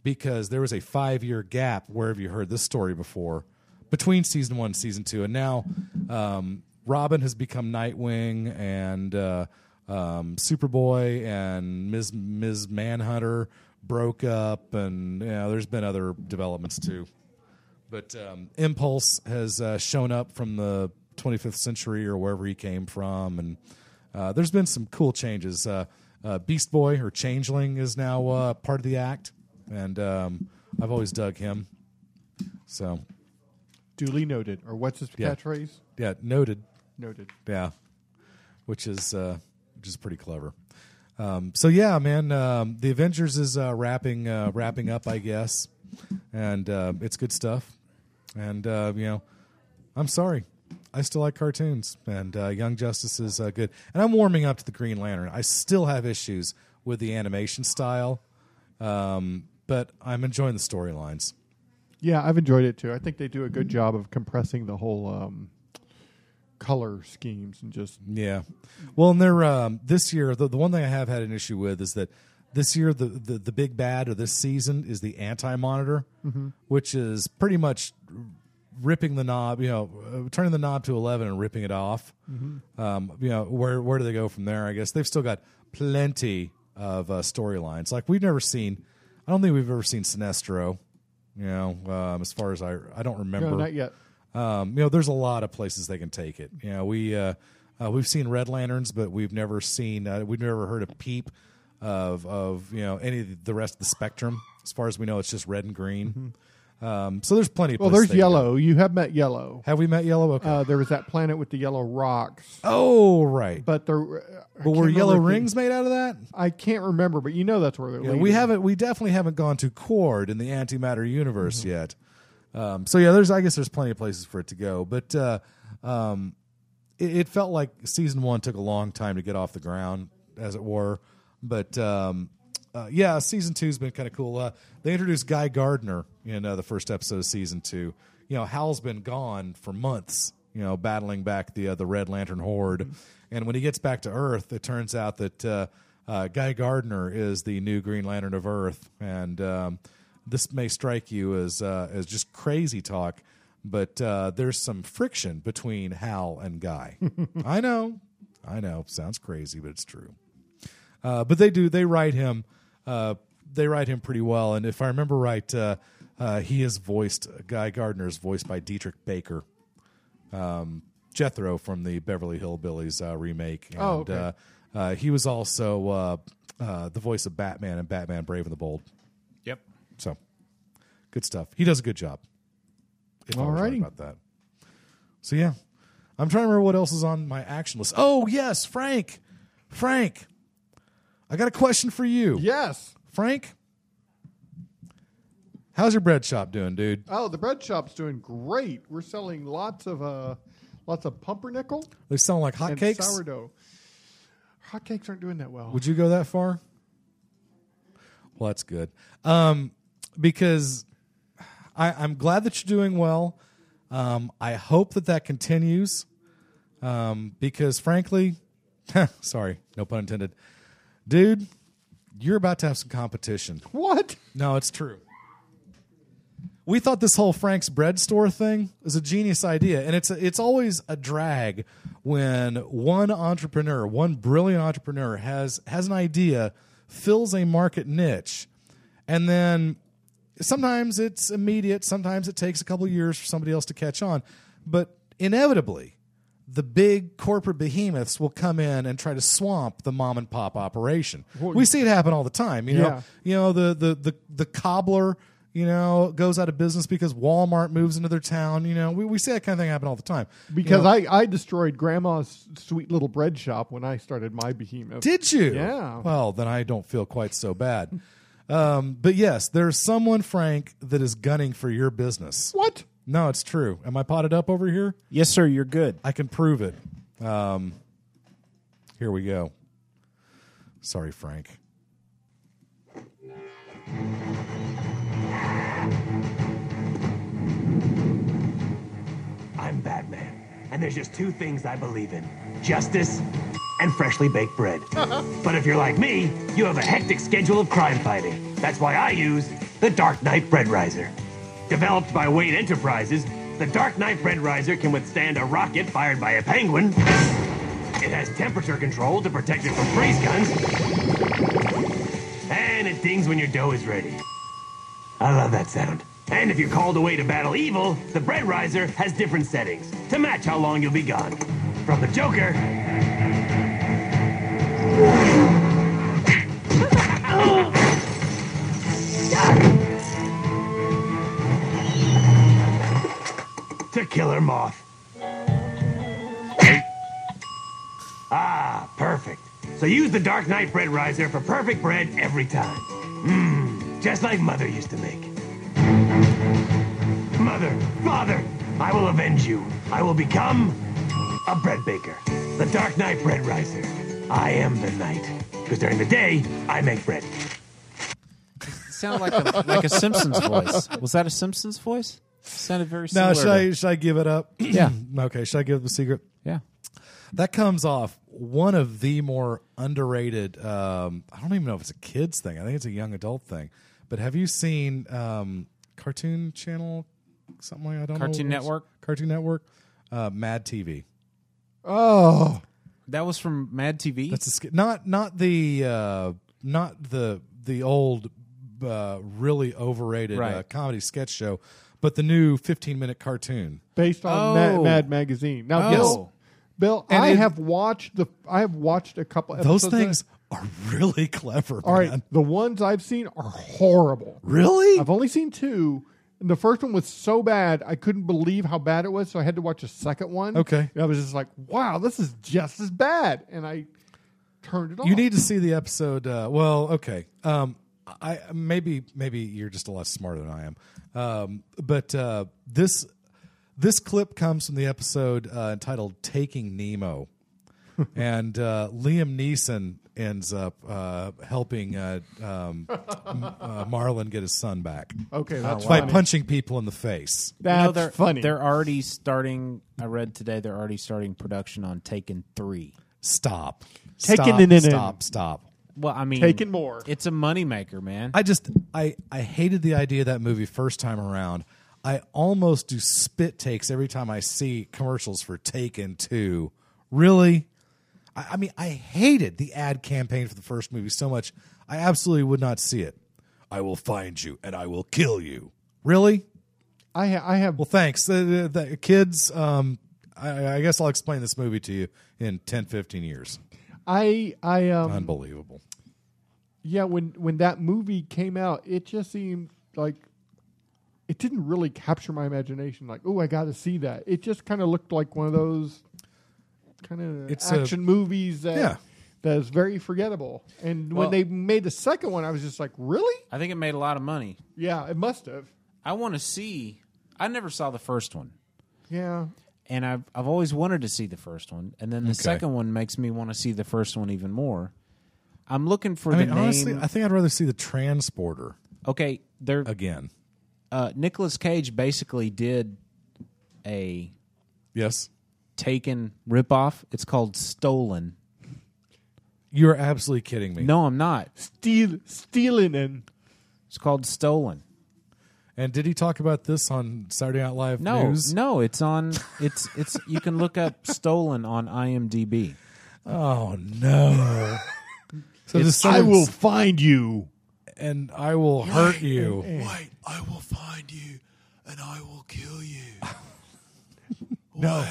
[SPEAKER 8] because there was a five year gap. Where have you heard this story before? Between season one, and season two, and now um, Robin has become Nightwing, and uh, um, Superboy and Ms. Ms. Manhunter broke up, and you know, there's been other developments too. But um, Impulse has uh, shown up from the 25th century or wherever he came from, and uh, there's been some cool changes. Uh, uh, Beast Boy or Changeling is now uh, part of the act, and um, I've always dug him. So
[SPEAKER 4] Duly noted. Or what's his
[SPEAKER 8] Yeah.
[SPEAKER 4] catchphrase?
[SPEAKER 8] yeah, noted.
[SPEAKER 4] Noted.
[SPEAKER 8] Yeah, which is uh, which is pretty clever. Um, so yeah, man, um, the Avengers is uh, wrapping uh, wrapping up, I guess, and uh, it's good stuff. And uh, you know, I'm sorry, I still like cartoons, and uh, Young Justice is uh, good. And I'm warming up to the Green Lantern. I still have issues with the animation style, um, but I'm enjoying the storylines.
[SPEAKER 4] Yeah, I've enjoyed it too. I think they do a good job of compressing the whole um, color schemes and just
[SPEAKER 8] Yeah. Well, and they're um, this year. The, the one thing I have had an issue with is that this year the the, the big bad of this season is the anti monitor,
[SPEAKER 4] Mhm.
[SPEAKER 8] which is pretty much ripping the knob, you know, uh, turning the knob to 11 and ripping it off.
[SPEAKER 4] Mhm.
[SPEAKER 8] Um, you know, where where do they go from there? I guess they've still got plenty of uh, storylines. Like we've never seen, I don't think we've ever seen Sinestro. You know, um, as far as I I don't remember.
[SPEAKER 4] not yet.
[SPEAKER 8] Um, you know, there's a lot of places they can take it. You know, we uh, uh, we've seen Red Lanterns, but we've never seen uh, we've never heard a peep of of you know any of the rest of the spectrum. As far as we know, it's just red and green. Um, so there's plenty. Of
[SPEAKER 4] Mm-hmm. Well,
[SPEAKER 8] places
[SPEAKER 4] there's
[SPEAKER 8] they can go.
[SPEAKER 4] yellow. You have met yellow.
[SPEAKER 8] Have we met yellow? Okay.
[SPEAKER 4] Uh, there was that planet with the yellow rocks.
[SPEAKER 8] Oh, right.
[SPEAKER 4] But there, uh, I
[SPEAKER 8] But were
[SPEAKER 4] can't
[SPEAKER 8] yellow
[SPEAKER 4] remember if
[SPEAKER 8] rings made out of that?
[SPEAKER 4] I can't remember, but you know that's where they're.
[SPEAKER 8] Yeah,
[SPEAKER 4] leading.
[SPEAKER 8] we haven't. We definitely haven't gone to Cord in the antimatter universe
[SPEAKER 4] Mm-hmm.
[SPEAKER 8] yet. Um, so yeah, there's. I guess there's plenty of places for it to go, but uh, um, it, it felt like season one took a long time to get off the ground, as it were. But um, uh, yeah, season two's been kind of cool. Uh, they introduced Guy Gardner in uh, the first episode of season two. You know, Hal's been gone for months. You know, battling back the uh, the Red Lantern horde, and when he gets back to Earth, it turns out that uh, uh, Guy Gardner is the new Green Lantern of Earth, and um, this may strike you as uh, as just crazy talk, but uh, there's some friction between Hal and Guy. I know, I know, sounds crazy, but it's true. Uh, but they do they write him uh, they write him pretty well, and if I remember right, uh, uh, he is voiced Guy Gardner is voiced by Dietrich Baker. Um, Jethro from the Beverly Hillbillies uh, remake. And,
[SPEAKER 4] Oh, okay.
[SPEAKER 8] uh, uh, he was also uh, uh, the voice of Batman and Batman Brave and the Bold.
[SPEAKER 4] Yep.
[SPEAKER 8] So good stuff. He does a good job. If I was right
[SPEAKER 4] Alrighty.
[SPEAKER 8] about that. So yeah, I'm trying to remember what else is on my action list. Oh yes, Frank. Frank, I got a question for you.
[SPEAKER 4] Yes,
[SPEAKER 8] Frank. How's your bread shop doing, dude?
[SPEAKER 4] Oh, the bread shop's doing great. We're selling lots of uh, lots of pumpernickel
[SPEAKER 8] They sound like
[SPEAKER 4] and
[SPEAKER 8] hotcakes.
[SPEAKER 4] sourdough. Hotcakes aren't doing that well.
[SPEAKER 8] Would you go that far? Well, that's good. Um, because I, I'm glad that you're doing well. Um, I hope that that continues. Um, because frankly, sorry, no pun intended, dude, you're about to have some competition.
[SPEAKER 4] What?
[SPEAKER 8] No, it's true. We thought this whole Frank's bread store thing was a genius idea, and it's it's always a drag when one entrepreneur, one brilliant entrepreneur, has has an idea, fills a market niche, and then sometimes it's immediate, sometimes it takes a couple of years for somebody else to catch on, but inevitably, the big corporate behemoths will come in and try to swamp the mom and pop operation.
[SPEAKER 4] Well,
[SPEAKER 8] we see it happen all the time. You
[SPEAKER 4] Yeah.
[SPEAKER 8] know, you know the, the the the cobbler, you know, goes out of business because Walmart moves into their town. You know, we, we see that kind of thing happen all the time. You
[SPEAKER 4] Because
[SPEAKER 8] know,
[SPEAKER 4] I, I destroyed Grandma's sweet little bread shop when I started my behemoth.
[SPEAKER 8] Did you?
[SPEAKER 4] Yeah.
[SPEAKER 8] Well, then I don't feel quite so bad. Um, but yes, there's someone, Frank, that is gunning for your business.
[SPEAKER 4] What?
[SPEAKER 8] No, it's true. Am I potted up over here?
[SPEAKER 18] Yes, sir. You're good.
[SPEAKER 8] I can prove it. Um, here we go. Sorry, Frank.
[SPEAKER 13] I'm Batman, and there's just two things I believe in justice and freshly baked bread. but if you're like me, you have a hectic schedule of crime fighting. That's why I use the Dark Knight Bread Riser. Developed by Wayne Enterprises, the Dark Knight Bread Riser can withstand a rocket fired by a penguin. It has temperature control to protect it from freeze guns. And it dings when your dough is ready. I love that sound. And if you're called away to battle evil, the Bread Riser has different settings to match how long you'll be gone. From the Joker. to Killer Moth. ah, perfect. So use the Dark Knight Bread Riser for perfect bread every time. Mmm, just like Mother used to make. Mother, Father, I will avenge you. I will become a bread baker. The Dark Knight Bread Riser. I am the knight. Because during the day, I make bread.
[SPEAKER 21] Sound like a, like a Simpsons voice. Was that a Simpsons voice? Sounded very similar.
[SPEAKER 8] Now, should
[SPEAKER 21] to-
[SPEAKER 8] I, should I give it up?
[SPEAKER 21] Yeah.
[SPEAKER 8] okay. Should I give the secret?
[SPEAKER 21] Yeah.
[SPEAKER 8] That comes off one of the more underrated. Um, I don't even know if it's a kids thing. I think it's a young adult thing. But have you seen um, Cartoon Channel something like I don't
[SPEAKER 21] Cartoon
[SPEAKER 8] know. what it was.
[SPEAKER 21] Network?
[SPEAKER 8] Cartoon Network, uh, Mad TV.
[SPEAKER 4] Oh,
[SPEAKER 21] that was from Mad TV.
[SPEAKER 8] That's a sk- not not the uh, not the the old uh, really overrated uh,
[SPEAKER 4] Right.
[SPEAKER 8] comedy sketch show, but the new fifteen minute cartoon.
[SPEAKER 4] based on
[SPEAKER 8] Oh.
[SPEAKER 4] Mad, Mad Magazine. Now,
[SPEAKER 8] Oh.
[SPEAKER 4] Bill, Bill,
[SPEAKER 8] And
[SPEAKER 4] I
[SPEAKER 8] it-
[SPEAKER 4] have watched the I have watched a couple.
[SPEAKER 8] Those
[SPEAKER 4] episodes of
[SPEAKER 8] things
[SPEAKER 4] it.
[SPEAKER 8] are really clever.
[SPEAKER 4] All right,
[SPEAKER 8] man.
[SPEAKER 4] the ones I've seen are horrible.
[SPEAKER 8] Really?
[SPEAKER 4] I've only seen two. And the first one was so bad, I couldn't believe how bad it was, so I had to watch a second one.
[SPEAKER 8] Okay.
[SPEAKER 4] And I was just like, wow, this is just as bad. And I turned it off.
[SPEAKER 8] You need to see the episode. Uh, well, okay. Um, I maybe maybe you're just a lot smarter than I am. Um, but uh, this this clip comes from the episode uh, entitled "Taking Nemo," and uh, Liam Neeson ends up uh, helping uh, um, uh, Marlon get his son back.
[SPEAKER 4] Okay, that's
[SPEAKER 8] by
[SPEAKER 4] funny.
[SPEAKER 8] punching people in the face.
[SPEAKER 21] You know, they're, They're already starting. I read today they're already starting production on Taken Three.
[SPEAKER 8] Stop.
[SPEAKER 4] Taken Stop, in- in- in.
[SPEAKER 8] stop, stop.
[SPEAKER 21] Well, I mean,
[SPEAKER 4] Taken more.
[SPEAKER 21] It's a moneymaker, man.
[SPEAKER 8] I just I I hated the idea of that movie first time around. I almost do spit takes every time I see commercials for Taken Two. Really, I, I mean, I hated the ad campaign for the first movie so much. I absolutely would not see it. I will find you and I will kill you. Really?
[SPEAKER 4] I ha- I have.
[SPEAKER 8] Well, thanks, Uh, the, the kids. Um, I, I guess I'll explain this movie to you in 10, 15 years.
[SPEAKER 4] I I um
[SPEAKER 8] Unbelievable.
[SPEAKER 4] yeah when when that movie came out, it just seemed like it didn't really capture my imagination. Like, oh, I got to see that. It just kind of looked like one of those kind of
[SPEAKER 8] It's a-
[SPEAKER 4] action movies that
[SPEAKER 8] Yeah.
[SPEAKER 4] that is very forgettable. And
[SPEAKER 21] Well-
[SPEAKER 4] when they made the second one, I was just like, really?
[SPEAKER 21] I think it made a lot of money.
[SPEAKER 4] Yeah, it must have.
[SPEAKER 21] I want to see. I never saw the first one,
[SPEAKER 4] Yeah.
[SPEAKER 21] and I've I've always wanted to see the first one, and then the
[SPEAKER 8] Okay.
[SPEAKER 21] second one makes me want to see the first one even more. I'm looking for
[SPEAKER 8] I
[SPEAKER 21] the
[SPEAKER 8] mean,
[SPEAKER 21] name.
[SPEAKER 8] honestly, I think I'd rather see the Transporter
[SPEAKER 21] okay, they're
[SPEAKER 8] again.
[SPEAKER 21] uh, Nicholas Cage basically did a
[SPEAKER 8] yes
[SPEAKER 21] Taken ripoff. It's called Stolen.
[SPEAKER 8] You're absolutely kidding me.
[SPEAKER 21] No, I'm not.
[SPEAKER 4] Steal, stealing, and
[SPEAKER 21] it's called Stolen.
[SPEAKER 8] And did he talk about this on Saturday Night Live
[SPEAKER 21] No,
[SPEAKER 8] News?
[SPEAKER 21] no, it's on. It's it's. You can look up Stolen on IMDb.
[SPEAKER 8] Oh no!
[SPEAKER 21] It's-
[SPEAKER 8] this
[SPEAKER 21] I will
[SPEAKER 8] someone's-
[SPEAKER 4] find you,
[SPEAKER 8] and I will hurt you.
[SPEAKER 22] Wait, I will find you and I will kill you.
[SPEAKER 4] No.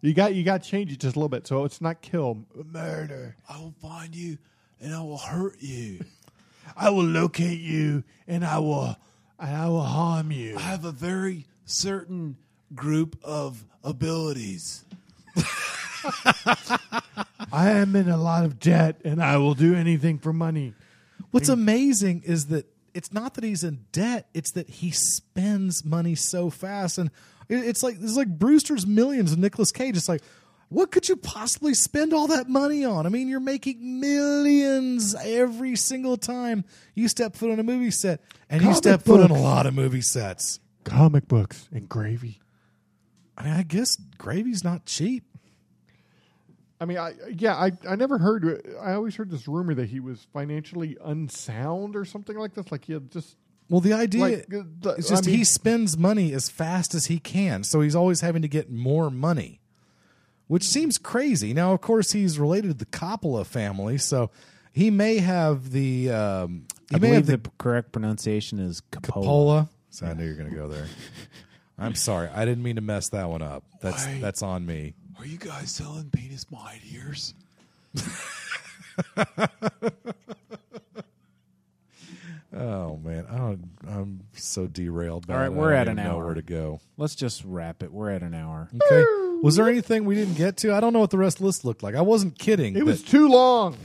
[SPEAKER 4] You got you got to change it just a little bit so it's not kill murder.
[SPEAKER 22] I will find you and I will hurt you.
[SPEAKER 4] I will locate you and I will and I will harm you.
[SPEAKER 22] I have a very certain group of abilities.
[SPEAKER 4] I am in a lot of debt and I will do anything for money.
[SPEAKER 8] What's amazing is that it's not that he's in debt; it's that he spends money so fast, and it- it's like it's like Brewster's Millions and Nicolas Cage. It's like, what could you possibly spend all that money on? I mean, you're making millions every single time you step foot on a movie set, and you
[SPEAKER 4] Comic
[SPEAKER 8] step foot on a
[SPEAKER 4] books.
[SPEAKER 8] lot of movie sets.
[SPEAKER 4] Comic books and gravy.
[SPEAKER 8] I mean, I guess gravy's not cheap.
[SPEAKER 4] I mean, I yeah, I I never heard. I always heard this rumor that he was financially unsound or something like this. Like he had just
[SPEAKER 8] Well, the idea
[SPEAKER 4] Like, uh, the-
[SPEAKER 8] is just
[SPEAKER 4] I mean-
[SPEAKER 8] he spends money as fast as he can, so he's always having to get more money, which seems crazy. Now, of course, he's related to the Coppola family, so he may have the um, he
[SPEAKER 21] I
[SPEAKER 8] may have
[SPEAKER 21] believe
[SPEAKER 8] the,
[SPEAKER 21] the, correct pronunciation is Capola.
[SPEAKER 8] Coppola. So I knew you were going to go there. I'm sorry, I didn't mean to mess that one up. That's
[SPEAKER 22] Wait.
[SPEAKER 8] that's on me.
[SPEAKER 22] Are you guys selling penis mind ears?
[SPEAKER 8] Oh man, I don't, I'm so derailed. by
[SPEAKER 21] All right,
[SPEAKER 8] it. I
[SPEAKER 21] we're
[SPEAKER 8] don't
[SPEAKER 21] at
[SPEAKER 8] even
[SPEAKER 21] an
[SPEAKER 8] know
[SPEAKER 21] hour.
[SPEAKER 8] where to go.
[SPEAKER 21] Let's just wrap it. We're at an hour.
[SPEAKER 8] Okay. Was there anything we didn't get to? I don't know what the rest of the list looked like. I wasn't kidding. but-
[SPEAKER 4] too long.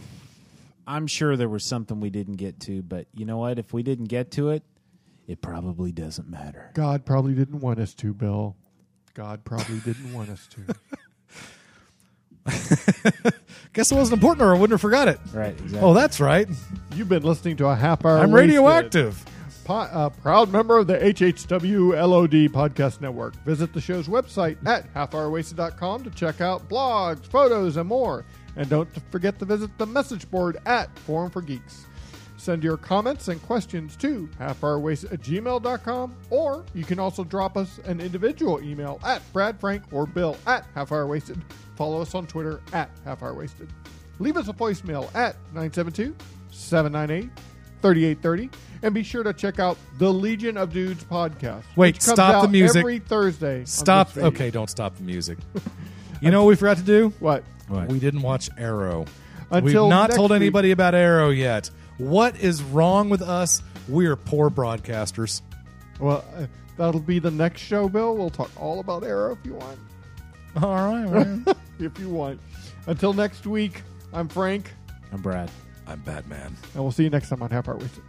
[SPEAKER 21] I'm sure there was something we didn't get to, but you know what? If we didn't get to it, it probably doesn't matter.
[SPEAKER 4] God probably didn't want us to, Bill. God probably didn't want us to.
[SPEAKER 8] Guess it wasn't important, or I wouldn't have forgot it.
[SPEAKER 21] Right. Exactly.
[SPEAKER 8] Oh, that's right.
[SPEAKER 4] You've been listening to a half hour.
[SPEAKER 8] I'm
[SPEAKER 4] wasted.
[SPEAKER 8] radioactive.
[SPEAKER 4] Po- a proud member of the HHW LOD podcast network. Visit the show's website at halfhourwasted.com to check out blogs, photos, and more. And don't forget to visit the message board at Forum for Geeks. Send your comments and questions to halfhourwaste at gmail.com, or you can also drop us an individual email at Brad, Frank, or Bill at halfhourwasted. Follow us on Twitter at halfhourwasted. Leave us a voicemail at 972 798 3830. And be sure to check out the Legion of Dudes podcast.
[SPEAKER 8] Wait, stop the music.
[SPEAKER 4] Every Thursday.
[SPEAKER 8] Stop. Okay, don't stop the music. You know what we forgot to do?
[SPEAKER 4] What?
[SPEAKER 8] what? We didn't watch Arrow.
[SPEAKER 4] Until
[SPEAKER 8] We've not
[SPEAKER 4] next
[SPEAKER 8] told
[SPEAKER 4] week.
[SPEAKER 8] anybody about Arrow yet. What is wrong with us? We are poor broadcasters.
[SPEAKER 4] Well, uh, that'll be the next show, Bill. We'll talk all about Arrow if you want.
[SPEAKER 8] All right, man.
[SPEAKER 4] if you want. Until next week, I'm Frank,
[SPEAKER 21] I'm Brad.
[SPEAKER 8] I'm Batman.
[SPEAKER 4] and we'll see you next time on Half Hour Wasted.